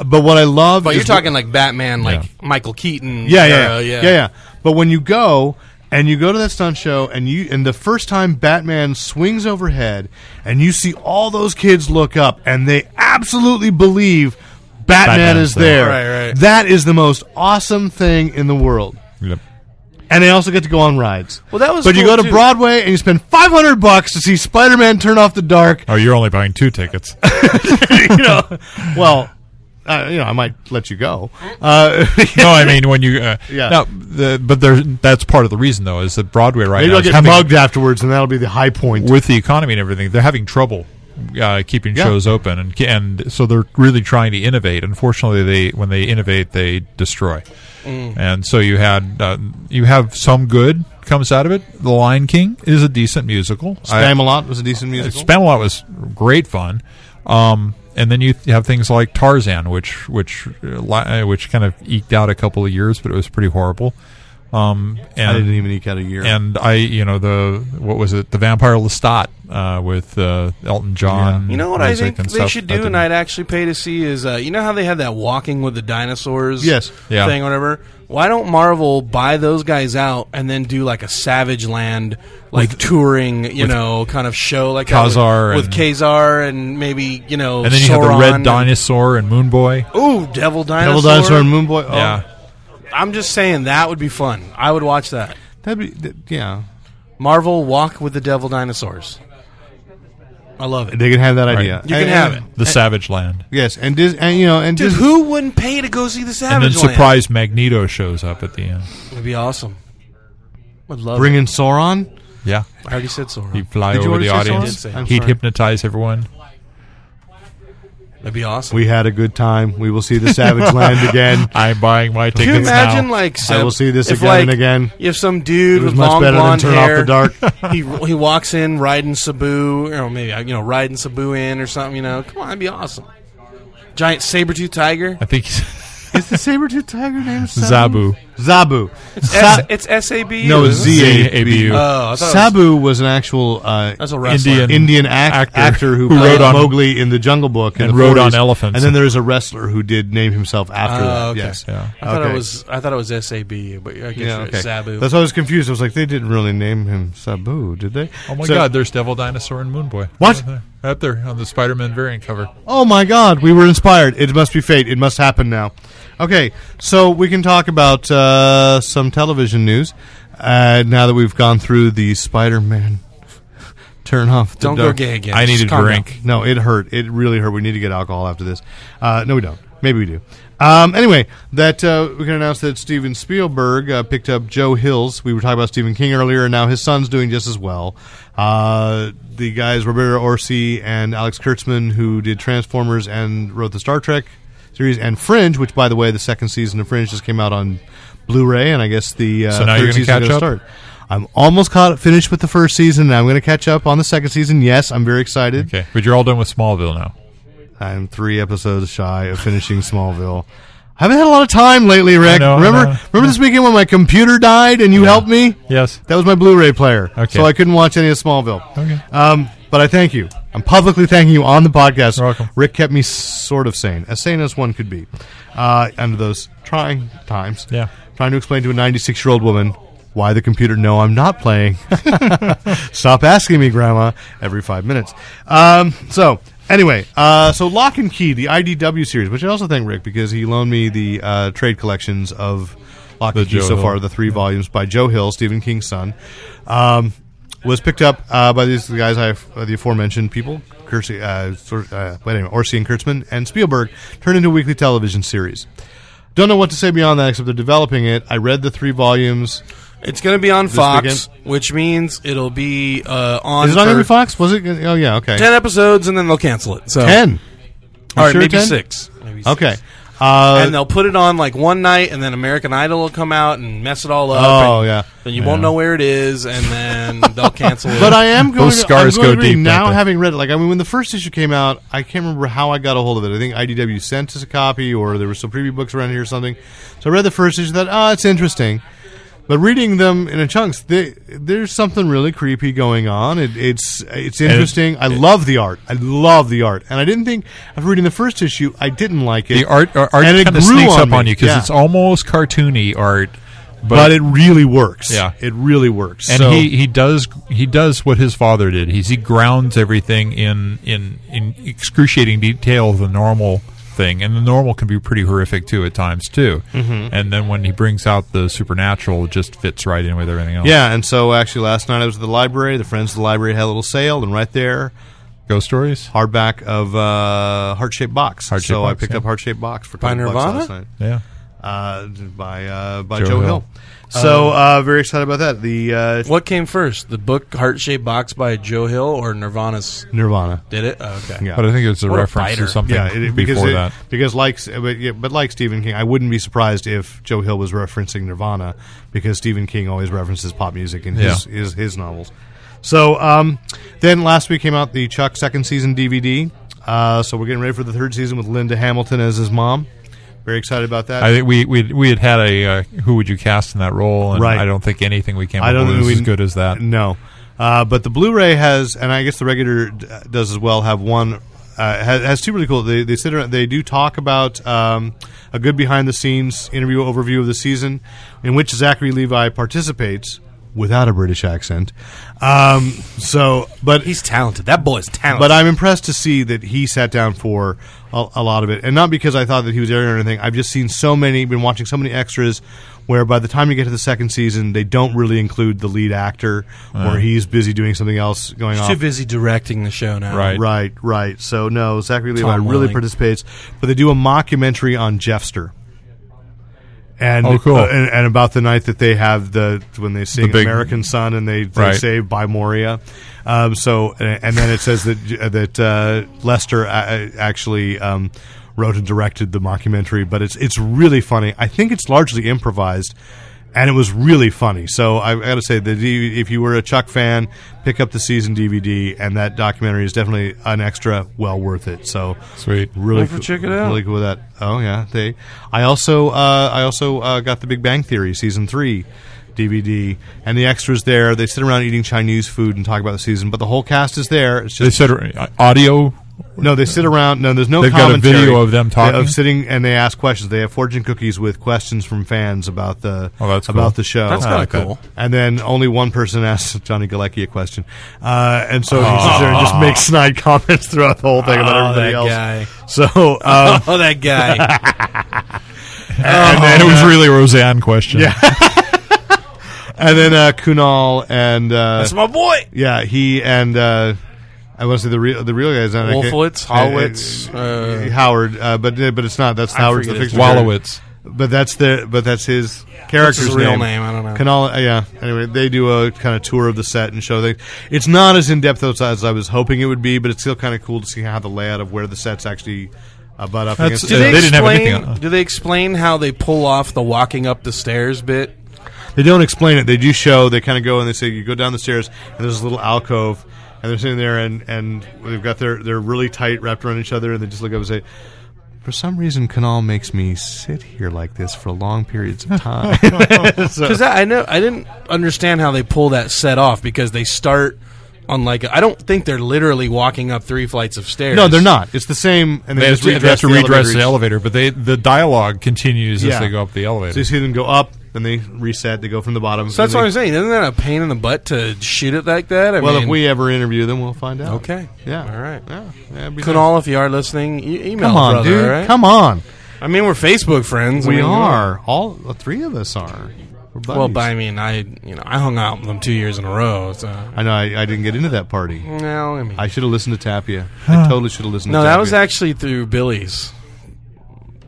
but what I love, But is you're talking like Batman, like Michael Keaton. uh, yeah, yeah, era, yeah, yeah, yeah. But when you go and you go to that stunt show and you and the first time Batman swings overhead and you see all those kids look up and they absolutely believe Batman Batman's is there. there. Right, right. That is the most awesome thing in the world. And they also get to go on rides. Well, that was But you cool, go to too. Broadway and you spend 500 bucks to see Spider-Man turn off the dark. Oh, you're only buying two tickets. you know, well, uh, you know, I might let you go. Uh, no, I mean when you. Uh, Yeah. No, the, but there, that's part of the reason though is that Broadway right maybe now I'll is get having- mugged afterwards and that'll be the high point. with the economy and everything. They're having trouble uh, keeping Yeah. shows open, and and so they're really trying to innovate. Unfortunately, they when they innovate, they destroy. Mm. And so you had uh, you have some good comes out of it. The Lion King is a decent musical. I- Spamalot was a decent musical. Spamalot was great fun. Um, and then you th- have things like Tarzan, which which uh, li- uh, which kind of eked out a couple of years, but it was pretty horrible. Um, and I didn't even eke out a year. and I, you know, the what was it, the Vampire Lestat uh, with uh, Elton John. You know what I music think and they stuff. should That do, and didn't- I'd actually pay to see is uh, you know how they had that walking with the dinosaurs, Yes. Yeah. thing, or whatever. Why don't Marvel buy those guys out and then do like a Savage Land, like touring, you know, kind of show like that Khazar with, with and- Kazar and maybe you know, and then you have the Sauron Red and- Dinosaur and Moon Boy. Ooh, Devil Dinosaur. Devil Dinosaur and Moon Boy. Oh, Yeah, I'm just saying that would be fun. I would watch that. That'd be, that, yeah. Marvel Walk with the Devil Dinosaurs. I love it. They can have that idea. You can And- have and- it. the Savage Land, Yes, and Dis- and you know, and Dude, Dis- who wouldn't pay to go see the and then Savage Land? surprise Magneto shows up at the end. It'd be awesome. Would love bring it. in Sauron? Yeah, I already said so. he'd fly Did you over already the say audience. Sauron? I'm He'd sorry. hypnotize everyone. That'd be awesome. We had a good time. We will see the Savage Land again. I'm buying my Can tickets you imagine, now. like, I Seb, will see this if, again like, and again. If some dude It was with much long better than blonde Turn Off hair, the Dark. he he walks in riding Sabu, or maybe you know riding Sabu in or something. You know, come on, that'd be awesome. Giant saber-tooth tiger. I think he's Is the saber-tooth tiger named Zabu. Zabu. Sa- S- it's S-A-B-U. no, isn't it? Z A B U. Oh, I thought it was- Sabu was an actual uh, That's a wrestler. Indian- Indian ac- actor, actor. who, Who played rode on- Mowgli in the Jungle Book in and the rode on 40s. elephants. And then there is a wrestler who did name himself after Oh, that. okay. Yes. Yeah. I thought Okay. it was. I thought it was S-A-B-U, but I guess Yeah, you're okay. Sabu. That's why I was confused. I was like, they didn't really name him Sabu, did they? Oh my So- God! There's Devil Dinosaur and Moon Boy. What? Right there, Right there on the Spider-Man variant cover. Oh my God, we were inspired. It must be fate. It must happen now. Okay, so we can talk about uh, some television news uh, now that we've gone through the Spider-Man. Turn off. The Don't go dark- gay again. I need Just a calm drink. No, it hurt. It really hurt. We need to get alcohol after this. Uh, no, we don't. Maybe we do. Um, anyway, that uh, we can announce that Steven Spielberg uh, picked up Joe Hills. We were talking about Stephen King earlier, and now his son's doing just as well. Uh, the guys Roberto Orsi and Alex Kurtzman, who did Transformers and wrote the Star Trek series and Fringe, which, by the way, the second season of Fringe just came out on Blu-ray, and I guess the uh, So now third you're gonna season catch gonna up? start. I'm almost caught finished with the first season, and I'm going to catch up on the second season. Yes, I'm very excited. Okay, but you're all done with Smallville now. I'm three episodes shy of finishing Smallville. I haven't had a lot of time lately, Rick. know, I remember, know. remember this weekend when my computer died and you helped me? Yes. That was my Blu-ray player, Okay. so I couldn't watch any of Smallville. Okay. Um, but I thank you. I'm publicly thanking you on the podcast. You're welcome. Rick kept me sort of sane, as sane as one could be, uh, under those trying times. Yeah. Trying to explain to a 96 year old woman why the computer, no, I'm not playing. Stop asking me, Grandma, every five minutes. Um, so, anyway, uh, so Lock and Key, the IDW series, which I also thank Rick because he loaned me the uh, trade collections of Lock The and Key Joe so far, Hill. the three volumes by Joe Hill, Stephen King's son. Um, was picked up uh, by these guys, I, uh, the aforementioned people, Kersey, uh, sort- uh, wait a minute, Orsi and Kurtzman, and Spielberg, turned into a weekly television series. Don't know what to say beyond that, except they're developing it. I read the three volumes. It's going to be on Fox, weekend? which means it'll be uh, on. Is it on for Henry Fox? Was it? Oh yeah, okay. Ten episodes, and then they'll cancel it. So Ten. All right, sure maybe 10? six. Maybe six. Okay. Uh, and they'll put it on like one night, and then American Idol will come out and mess it all up. oh and yeah. Then you won't know where it is, and then they'll cancel it. But I am going. Those to, I'm scars going go to read deep, now. don't they? Having read it, like I mean, when the first issue came out, I can't remember how I got a hold of it. I think IDW sent us a copy, or there were some preview books around here or something. So I read the first issue. That oh, it's interesting. But reading them in a chunks, they, there's something really creepy going on. It, it's it's interesting. I love the art. I love the art, and I didn't think after reading the first issue, I didn't like it. The art uh, art And it kind of grew sneaks on up on me. you because Yeah. it's almost cartoony art, but, it really works. Yeah. it really works. and So- he, he does he does what his father did. He's, he grounds everything in, in in excruciating detail of the normal thing, and the normal can be pretty horrific too at times too. Mm-hmm. And then when he brings out the supernatural, it just fits right in with everything else. yeah, and so actually last night I was at the library. The friends of the library had a little sale, and right there. ghost stories. hardback of uh, heart shaped box. Heart-shaped so I box, picked yeah. up heart shaped box for a By couple bucks Nirvana? last night. Yeah, Uh, by uh, by Joe, Joe Hill. Hill. Um, So uh, very excited about that. The uh, what came first, the book Heart Shaped Box by Joe Hill or Nirvana's? Nirvana. Did it? Oh, okay. Yeah. but I think it was a What a reference fighter. to something Yeah, it, because before it- that. because like but, yeah, but like Stephen King, I wouldn't be surprised if Joe Hill was referencing Nirvana because Stephen King always references pop music in his Yeah. his, his novels. So um, then last week came out the Chuck second season DVD. Uh, so we're getting ready for the third season with Linda Hamilton as his mom. Very excited about that. I think we we we had had a uh, who would you cast in that role, and Right. I don't think anything we came I up don't with think was we- as good as that. No, uh, but the Blu-ray has, and I guess the regular d- does as well. Have one uh, has, has two really cool. They, they sit around. They do talk about um, a good behind-the-scenes interview overview of the season, in which Zachary Levi participates without a British accent. Um, so, but He's talented. That boy's talented. but I'm impressed to see that he sat down for a, a lot of it, and not because I thought that he was arrogant or anything. I've just seen so many, been watching so many extras, where by the time you get to the second season, they don't really include the lead actor, or he's busy doing something else going He's on. too busy directing the show now. Right. uh, Right, right. So no, Zachary Levi Tom really Welling. participates, but they do a mockumentary on Jeffster. And, Oh, cool. uh, and and about the night that they have the when they sing The big- American Sun and they, they Right. say by Moria, um, so and, and then it says that that uh, Lester uh, actually um, wrote and directed the mockumentary, but it's it's really funny. I think it's largely improvised, and it was really funny. So I, I got to say, the D- if you were a Chuck fan, pick up the season DVD, and that documentary is definitely an extra, well worth it. So Sweet. really Well, for cool, check it out. Really cool with that. Oh yeah, they. I also uh, I also uh, got the Big Bang Theory season three. DVD and the extras there. They sit around eating Chinese food and talk about the season, but the whole cast is there. It's just They said uh, audio. no, they sit around. No, there's no. They've got a commentary. video of them They- talking? of sitting, and they ask questions. They have fortune cookies with questions from fans about the Oh, that's about cool. the show. That's I kinda like that. cool. And then only one person asks Johnny Galecki a question, uh, and so he sits there and Ah. just makes snide comments throughout the whole thing about everybody Ah, that else. guy. So um, Oh, that guy. and then it uh, was really a Roseanne question. Yeah. and then uh, Kunal and uh, That's my boy. yeah, he and uh, I want to say the real the real guys. I can't- Wolfowitz, uh, uh, Howitz, uh, Howard, uh, but but it's not. That's Howard's the forget his fictional character. Wallowitz. But that's the but that's his character's his real name, I don't know. Canal, uh, yeah. Anyway, they do a kind of tour of the set and show things. It's not as in depth as, as I was hoping it would be, but it's still kind of cool to see how the layout of where the sets actually uh, butt up That's- against. uh, Do they, they explain, didn't have anything on- Do they explain how they pull off the walking up the stairs bit? They don't explain it. They do show. They kind of go and they say you go down the stairs and there's this little alcove and they're sitting there and and they've got their they're really tight wrapped around each other and they just look up and say. For some reason, Canal makes me sit here like this for long periods of time. Because I I know I didn't understand how they pull that set off because they start on like I don't think they're literally walking up three flights of stairs. no, they're not. It's the same, and they, They have just to, they have redress to the redress the elevator each- elevator, but they the dialogue continues Yeah. as they go up the So elevator. you see them go up, then they reset. They go from the bottom. So that's then what they- I'm saying. Isn't that a pain in the butt to shoot it like that? I Well, mean, if we ever interview them, we'll find out. okay, Yeah. all right. Yeah. That'd be nice. Kunal, if you are listening, e- email Come on, brother, dude. all right? Come on. I mean, we're Facebook friends. I We mean, are all the three of us are. We're buddies. Well, but I mean, I you know I hung out with them two years in a row. So I know. I, I didn't get into that party. no, I mean, I should have listened to Tapia. I totally should have listened. no, to Tapia. that was actually through Billy's.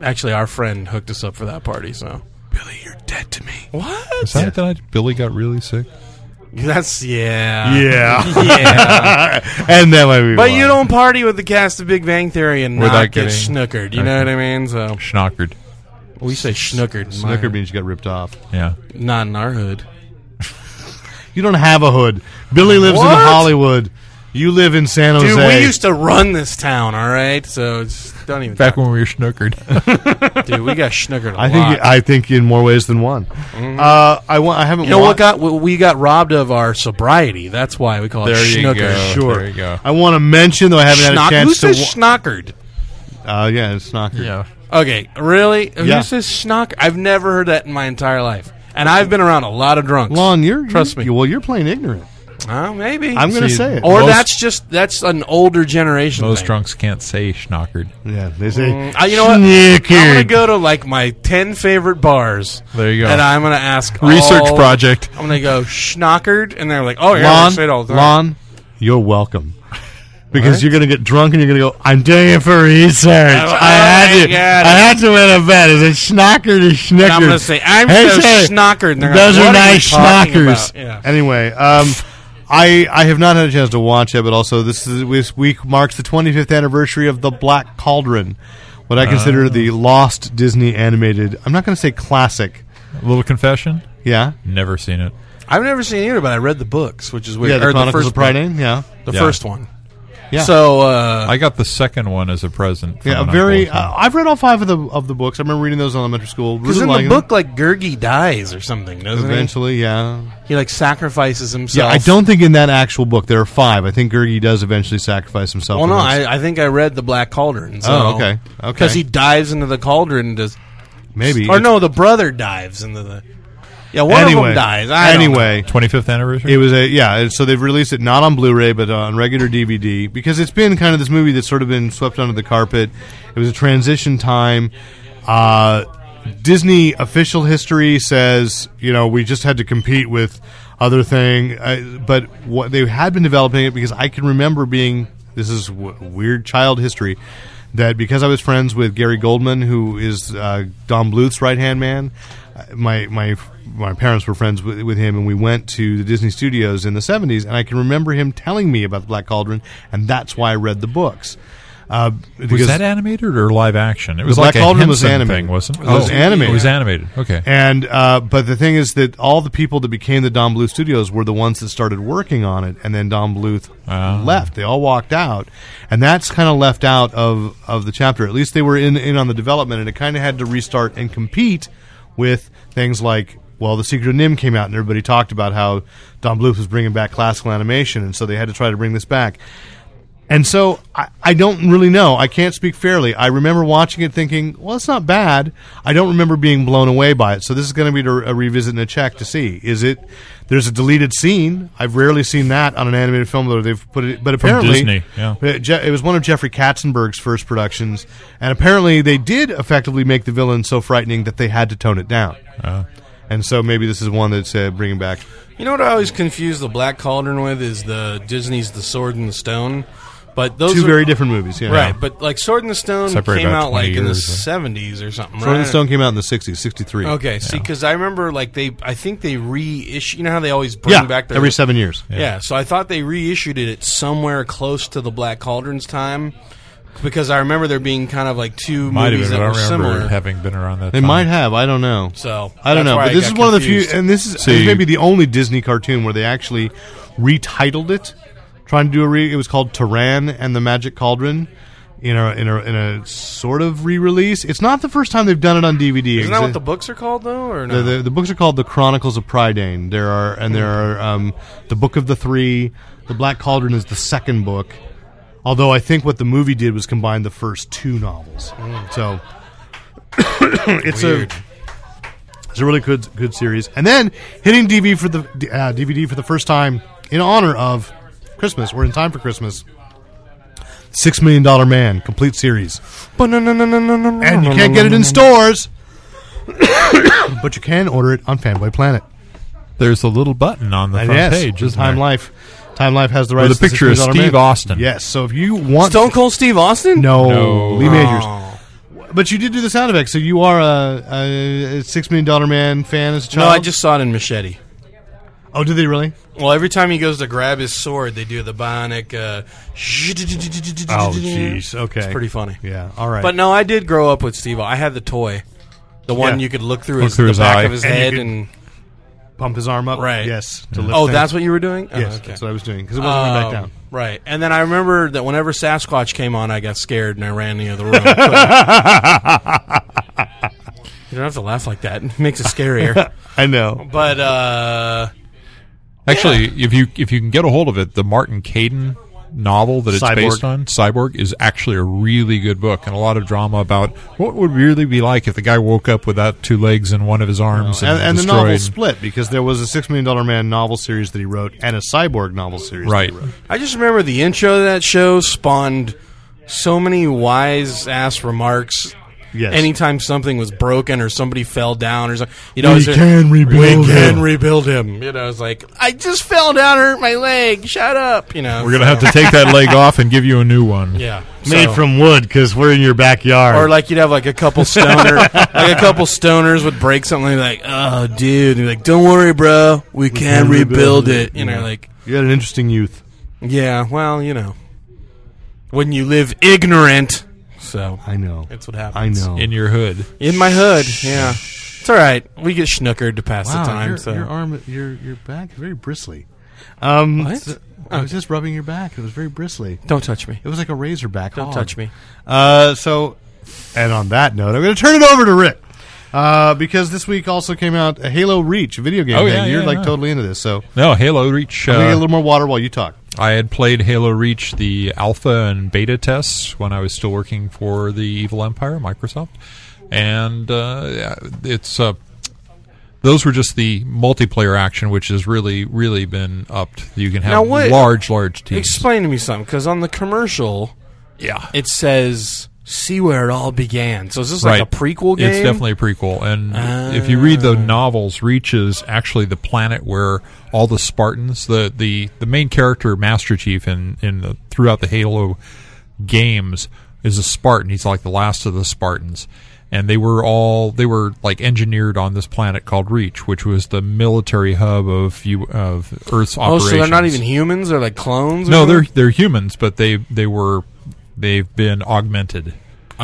Actually, our friend hooked us up for that party. So Billy. You're dead to me. what? Is that the night Billy got really sick? That's yeah, Yeah, yeah. and that might be. But why. you don't party with the cast of Big Bang Theory and Without not get getting- snookered. You know what I mean? So Schnockered. we say snookered. in my- Snooker means you got ripped off. Yeah. Not in our hood. You don't have a hood. Billy lives in What? Hollywood. You live in San Jose. Dude, we used to run this town. All right, so just don't even. Back when we were snookered. dude, we got snookered. A I think. lot. I think in more ways than one. Uh, I want. I Mm-hmm. haven't. You know wa- what got what we got robbed of our sobriety. That's why we call There it you snooker. go. Sure. There you go. I want to mention though I haven't had a Schnock- who chance to. says schnockered? wa- uh, yeah, it's not. yeah. Okay, really? Yeah. Who says schnocker? I've never heard that in my entire life, and I've been around a lot of drunks. Lon, you're Trust you're- me. Well, you're playing ignorant. Oh, maybe I'm going to See, say it. Or Most- that's just that's an older generation. Most thing. drunks can't say schnockered. yeah, they say. Uh, you know what? I'm gonna Snickered. go to like my ten favorite bars. There you go. And I'm gonna ask Research all- project. I'm gonna go schnockered, and they're like, "Oh yeah, Lon, they say it all the time. Lon, you're welcome. Because you're going to get drunk and you're going to go, I'm doing it for research. Oh, I oh had my to. God. I had to win a bet. Is it schnocker or schnicker? And I'm gonna say, "I'm Hey, so say, schnockered." And they're Those like, are "What you nice talking schnockers. about?" Yeah. Anyway, um, I I have not had a chance to watch it, but also this is, this week marks the 25th anniversary of the Black Cauldron, what I Oh. consider the lost Disney animated. I'm not going to say classic. A little confession? Yeah, Never seen it. I've never seen it either, but I read the books, which is weird. yeah, the Or Chronicles first of Pride one. Name. Yeah, The Yeah. first one. Yeah. So uh, I got the second one as a present. from yeah, a an very. uncle. Uh, I've read all five of the of the books. I remember reading those in elementary school. because Really in liking the them. book, like Gurgi dies or something, doesn't eventually, yeah, he? He like sacrifices himself. yeah. I don't think in that actual book there are five. I think Gurgi does eventually sacrifice himself. Well, in no, this. I, I think I read the Black Cauldron. So, Oh, okay. Okay. Because he dives into the cauldron to maybe Or no, the brother dives into the. Yeah, one anyway, of them dies. I don't know. anyway, 25th anniversary? uh, It was a yeah. and So they've released it not on Blu-ray but on regular DVD because it's been kind of this movie that's sort of been swept under the carpet. It was a transition time. Uh, Disney official history says you know we just had to compete with other thing, uh, but what they had been developing it because I can remember being this is w- weird child history that because I was friends with Gary Goldman, who is uh, Don Bluth's right hand man, uh, my my my parents were friends with, with him, and we went to the Disney Studios in the '70s, and I can remember him telling me about the Black Cauldron, and that's why I read the books. Uh, Was that animated or live action? It was Black like a Cauldron was Henson animated. thing, wasn't it? Oh, It was animated. It was animated. Okay. And uh, but the thing is that all the people that became the Don Bluth Studios were the ones that started working on it, and then Don Bluth left. They all walked out, and that's kind of left out of of the chapter. At least they were in in on the development, and it kind of had to restart and compete with things like. Well, the Secret of Nim came out, and everybody talked about how Don Bluth was bringing back classical animation, and so they had to try to bring this back. And so I, I don't really know. I can't speak fairly. I remember watching it thinking, well, it's not bad. I don't remember being blown away by it. So this is going to be a revisit and a check to see. Is it, there's a deleted scene. I've rarely seen that on an animated film, though they've put it, but apparently. Disney, yeah. Uh, Je- It was one of Jeffrey Katzenberg's first productions. And apparently they did effectively make the villain so frightening that they had to tone it down. Uh-huh. And so maybe this is one that's uh, bringing back. You know what I always confuse the Black Cauldron with is the Disney's The Sword and the Stone, but those Two are- very different movies, yeah. right. But like Sword and the Stone Separated came about out like 20 in the years, right? seventies or something. Sword and right? Stone came out in the 60s, 63. Okay, see, because I remember like they, I think they reissue. You know how they always bring Yeah, back their every seven years. Yeah. so I thought they reissued it somewhere close to the Black Cauldron's time, because I remember there being kind of like two Might have movies been. that I don't were remember similar. having been around that. They time. might have. I don't know. So I that's don't know. why But I this got is one of the confused. few, and this is See- maybe the only Disney cartoon where they actually retitled it, trying to do a re. It was called Taran and the Magic Cauldron. In a, in a in a sort of re-release. It's not the first time they've done it on DVD. Isn't that Exa- what the books are called though, or the, no? the, the books are called the Chronicles of Prydain. There are and there are um, the Book of the Three. The Black Cauldron is the second book. Although I think what the movie did was combine the first two novels. So it's a it's a really good good series. And then hitting DV for the uh, DVD for the first time in honor of Christmas or in time for Christmas. Six million dollar man complete series, and you can't get it in stores but you can order it on Fanboy Planet. There's a little button on the And front yes, page, isn't Time there? Life. Time Life has the right With a picture of Steve Austin. Yes, so if you want Stone Cold Steve Austin? no, No. Lee Majors. But you did do the sound effects, so you are a, a a six million dollar man fan as a no, child. I just saw it in Machete. oh, did they really? Well, every time he goes to grab his sword, they do the bionic. Uh, Oh, jeez, okay, it's pretty funny. Yeah, all right. But no, I did grow up with Steve. I had the toy, the one Yeah. you could look through, his, through the his back eye. of his And you head, could- and pump his arm up, Right. Yes. To oh, that's what you were doing. Oh, Yes, okay. that's what I was doing because it wasn't going back Um, down. Right, and then I remember that whenever Sasquatch came on, I got scared and I ran in the other room. So- you don't have to laugh like that; it makes it scarier. I know. but uh, Actually, if you if you can get a hold of it, the Martin Caden novel that it's Cyborg. based on, Cyborg, is actually a really good book and a lot of drama about what would really be like if the guy woke up without two legs and one of his arms And, and the destroyed. novel split because there was a six million dollar man novel series that he wrote and a cyborg novel series. that he Right. wrote. I just remember the intro to that show spawned so many wise ass remarks. Yes. Anytime something was broken or somebody fell down or something, you know, we can We rebuild can him. rebuild him. You know, it's like I just fell down, hurt my leg. Shut up. You know, We're gonna have to take that leg off and give you a new one. yeah made So- from wood because we're in your backyard. Or like you'd have like a couple stoner, like a couple stoners would break something like, "Oh, dude," and be like, "Don't worry, bro, we, can, can rebuild, rebuild it." it. You know, Yeah. like, you had an interesting youth. yeah, well, you know, when you live ignorant, so I know. that's what happens. I know. In your hood. In my hood, yeah, it's all right. We get schnookered to pass the time. your, so your arm, your your back, is very bristly. Um, What? Oh, s- I was just rubbing your back. It was very bristly. don't touch me. It was like a razor back. Don't hog. touch me. Uh, so, and on that note, I'm going to turn it over to Rick. Uh, because this week also came out a Halo Reach video game. Oh, thing. yeah, You're yeah, like yeah. totally into this, so No, Halo Reach. I'm gonna get a Uh, little more water while you talk. I had played Halo Reach, the alpha and beta tests, when I was still working for the Evil Empire, Microsoft, and uh, yeah, it's uh, those were just the multiplayer action, which has really, really been upped. You can Now have what- large, large teams. Explain to me something, because on the commercial, yeah, it says, "See where it all began." So is this right. like a prequel game? Ah. It's definitely a prequel, and if you read the novels, Reach is actually the planet where all the Spartans, the the, the main character Master Chief, in in the, throughout the Halo games, is a Spartan. He's like the last of the Spartans. And they were all they were like engineered on this planet called Reach, which was the military hub of you of Earth's Oh, operations. so they're not even humans? They're like clones? or No, something? they're they're humans, but they they were they've been augmented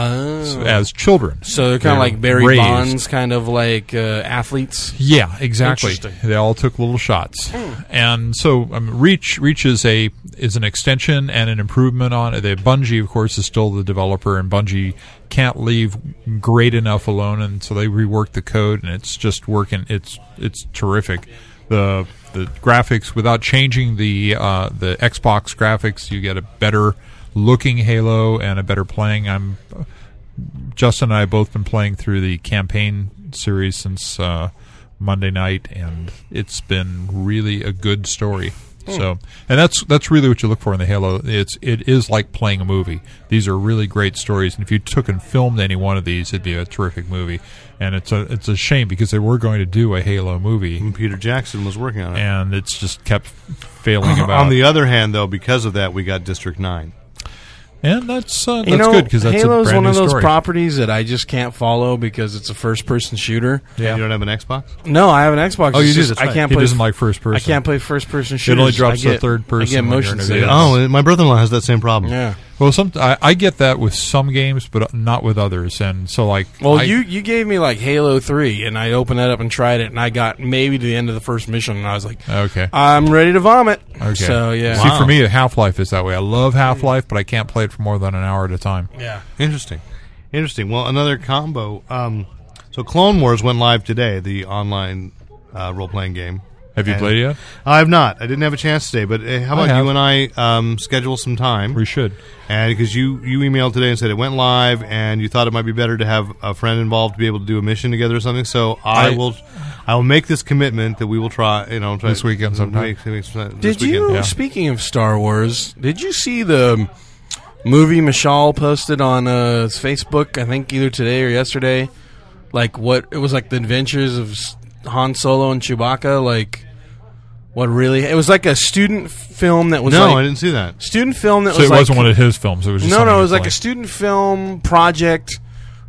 Oh. as children. So they're kind of They're like Barry raised. Bonds, kind of like uh, athletes. Yeah, exactly. Interesting. They all took little shots, and so um, Reach Reach is a is an extension and an improvement on it. They- Bungie, of course, is still the developer, and Bungie can't leave great enough alone, and so they reworked the code, and it's just working. It's it's terrific. The the graphics without changing the uh, the Xbox graphics, you get a better looking Halo and a better playing. I'm Justin and I have both been playing through the campaign series since uh, Monday night, and it's been really a good story. Hmm. So, and that's that's really what you look for in the Halo. It's it is like playing a movie. These are really great stories, and if you took and filmed any one of these, it'd be a terrific movie. And it's a it's a shame because they were going to do a Halo movie, Hmm. And Peter Jackson was working on it. and uh, it's just kept failing about. On the other hand, though, because of that, we got District Nine. and that's uh, that's you know, good because that's Halo's a one brand new of those story. properties that I just can't follow because it's a first-person shooter. Yeah. You don't have an Xbox. No, I have an Xbox. Oh, you It's do? just- That's I right. can't he play. doesn't like first person. I can't play first-person It shooters. only drops I get, to third person. I get when you're motion in a sickness. video. Oh, and my brother-in-law has that same problem. yeah. Well, some I, I get that with some games, but not with others. And so, like, Well, I- you you gave me like Halo Three, and I opened that up and tried it, and I got maybe to the end of the first mission, and I was like, okay, I'm ready to vomit. okay. So yeah, See, for me, Half Life is that way. I love Half Life, but I can't play it for more than an hour at a time. yeah. Interesting, interesting. Well, another combo. Um, so Clone Wars went live today, the online uh, role-playing game. Have you And- played it yet? I have not. I didn't have a chance today, but uh, how I about have. you and I um, schedule some time? We should. And because you you emailed today and said it went live, and you thought it might be better to have a friend involved to be able to do a mission together or something. So I, I- will, I will make this commitment that we will try. You know, try This weekend sometime. Make- make some- this Did you? weekend. yeah. Speaking of Star Wars, did you see the movie Michelle posted on uh, his Facebook? I think either today or yesterday. Like what it was like the adventures of S- Han Solo and Chewbacca. Like what really? It was like a student film that was No, like- I didn't see that. student film that So was it like, wasn't one of his films. It was just No, something no, he it was like a played. student film project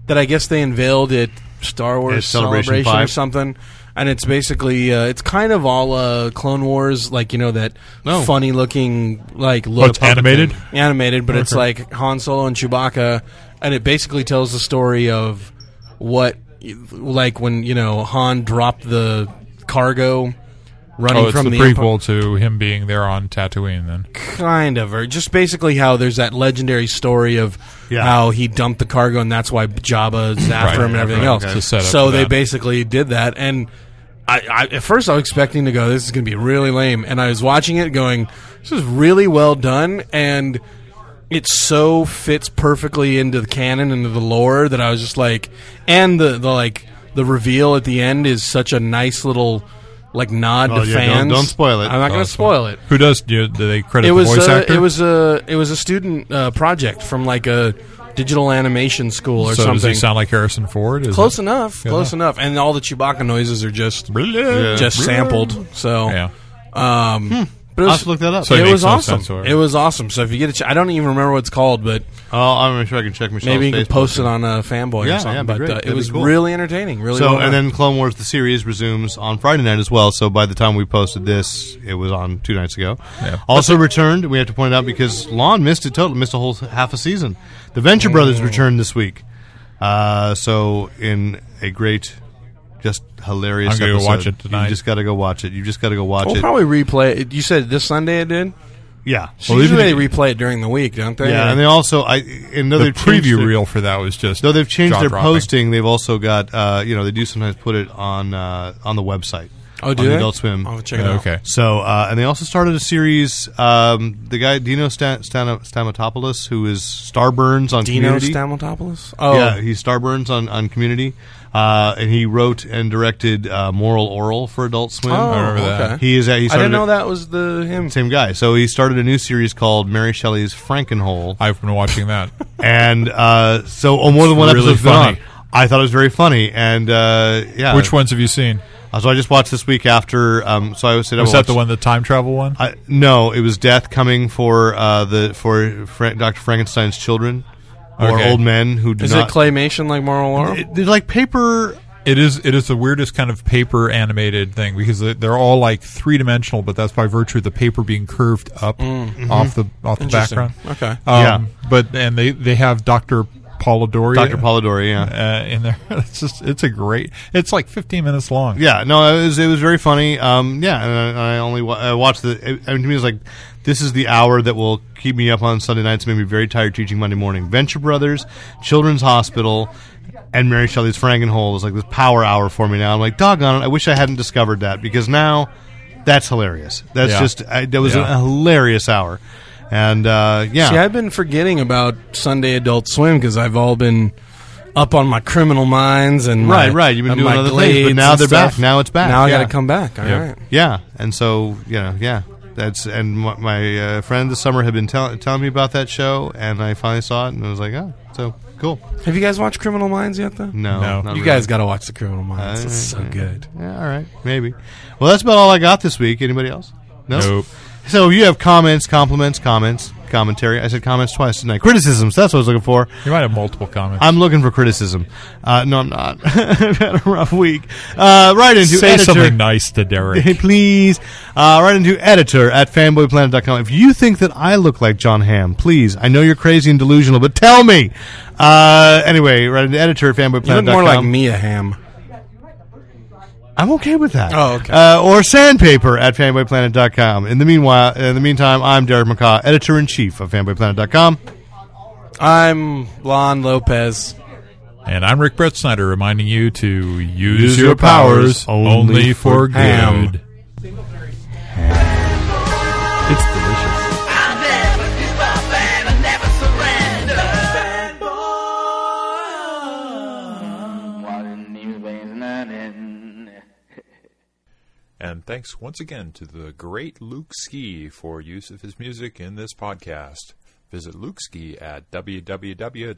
that I guess they unveiled at Star Wars At Celebration Celebration, or 5. something. And it's basically uh, it's kind of all uh, Clone Wars, like you know that No. funny looking like Oh, look it's animated. animated, but it's like Han Solo and Chewbacca, and it basically tells the story of what like when you know Han dropped the cargo running Oh, it's from the, the, Empire- prequel to him being there on Tatooine. Then kind of, or just basically how there's that legendary story of Yeah. how he dumped the cargo, and that's why Jabba is after him and everything right, else. okay. It's a setup So for they that. basically did that, and I, I at first I was expecting to go, this is going to be really lame, and I was watching it going, this is really well done, and it so fits perfectly into the canon, into the lore that I was just like, and the, the like the reveal at the end is such a nice little. Like nod Oh, to yeah, don't- fans. don't spoil it. I'm not Oh, going to spoil it who does? Do do they credit it the was voice a, actor? It was a it was a student uh, project from like a digital animation school or so does something. he sound like Harrison Ford? Is close it- enough, Good close enough, and all the Chewbacca noises are just Yeah. just sampled. So Yeah. um, but it I'll was, have to look that up. So- it it makes was no awesome. sense, or- it was awesome. So if you get a, ch- I don't even remember what it's called, but I'll, I'll make Oh, sure I can check Michelle's maybe you can Facebook. post it on a fanboy or Yeah, yeah, something. it'd be but great. uh, That'd it be was cool. really entertaining. Really, So well and done. then Clone Wars the series resumes on Friday night as well. So by the time we posted this, it was on two nights ago. Also returned. We have to point it out because Lon missed it totally, missed a whole half a season. The Venture Brothers returned this week. Uh, so in a great, just hilarious. I'm gonna go episode. watch it tonight. You just got to go watch it. You just got to go watch we'll it. probably replay it. You said this Sunday it did. yeah. So even usually they if- replay it during the week, don't they? yeah, and they also I another The preview reel for that was just Though they've changed their jaw-dropping. posting, they've also got uh, you know they do sometimes put it on uh, on the website. Oh, do on they? the Adult Swim. I'll check it out. Okay. So uh, and they also started a series. Um, the guy Dino Stan- Stan- Stamatopoulos, who is Starburns on Dino Community. Stamatopoulos. Oh, Yeah, he's Starburns on on Community, uh, and he wrote and directed uh, Moral Oral for Adult Swim. Oh, I remember that. okay. He is. He I started didn't know that was the him. Same guy. So he started a new series called Mary Shelley's Frankenhole. I've been watching that. and uh, so oh, more than one really episode's been on. funny. I thought it was very funny, and uh, yeah. Which ones have you seen? Uh, So I just watched this week after. Um, so I was Was that the one, the time travel one? I, no, it was death coming for uh, the for Fra- Dr. Frankenstein's children or Okay. old men who do Is not. it claymation like Moral Laurel? It- they're like paper. It is it is the weirdest kind of paper animated thing because they- they're all like three dimensional, but that's by virtue of the paper being curved up off the off the background. Okay. Uh, Um, But and they they have Doctor Polidori. Dr. Polidori, yeah. Uh, in there, it's just it's a great. It's like 15 minutes long. Yeah, no, it was it was very funny. Um, yeah, and I, I only wa- I watched the. It, I mean, to me, it's like this is the hour that will keep me up on Sunday nights, and make me very tired teaching Monday morning. Venture Brothers, Children's Hospital, and Mary Shelley's Frankenhole is like this power hour for me now. I'm like, doggone it! I wish I hadn't discovered that because now that's hilarious. That's Yeah. just I, that was Yeah. a hilarious hour, and uh, yeah, See, I've been forgetting about Sunday Adult Swim because I've all been up on my criminal minds and my- Right, right. You've been and doing my other things, but Glades now and they're stuff. back. Now it's back. Now I Yeah. got to come back. All right. Yep. Yeah, and so you know, yeah, that's and my, my uh, friend this summer had been tell- telling me about that show, and I finally saw it, and I was like, oh, so cool. Have you guys watched Criminal Minds yet, though? No, No. not You really. guys got to watch the Criminal Minds. Uh, it's so good. Yeah, all right, maybe. Well, that's about all I got this week. Anybody else? No. Nope. So if you have comments, compliments, comments, commentary. I said comments twice didn't I? Criticisms. That's what I was looking for. You might have multiple comments. I'm looking for criticism. Uh, no, I'm not. I've had a rough week. Uh, right into Say editor- something nice to Derek. Hey, please. Uh, right into editor at fanboyplanet.com. If you think that I look like John Hamm, please. I know you're crazy and delusional, but tell me. Uh, anyway, right into editor at You fanboyplanet.com. look more like Mia Ham. I'm okay with that. Oh, okay. Uh, or sandpaper at fanboyplanet.com. In the meanwhile, in the meantime, I'm Derek McCaw, editor in chief of fanboyplanet.com. I'm Lon Lopez. And I'm Rick Brett Snyder reminding you to use, Use your, your powers powers, only, only for for ham. good. It's delicious. And thanks once again to the great Luke Ski for use of his music in this podcast. Visit Luke E Ski at www.lukeski.com.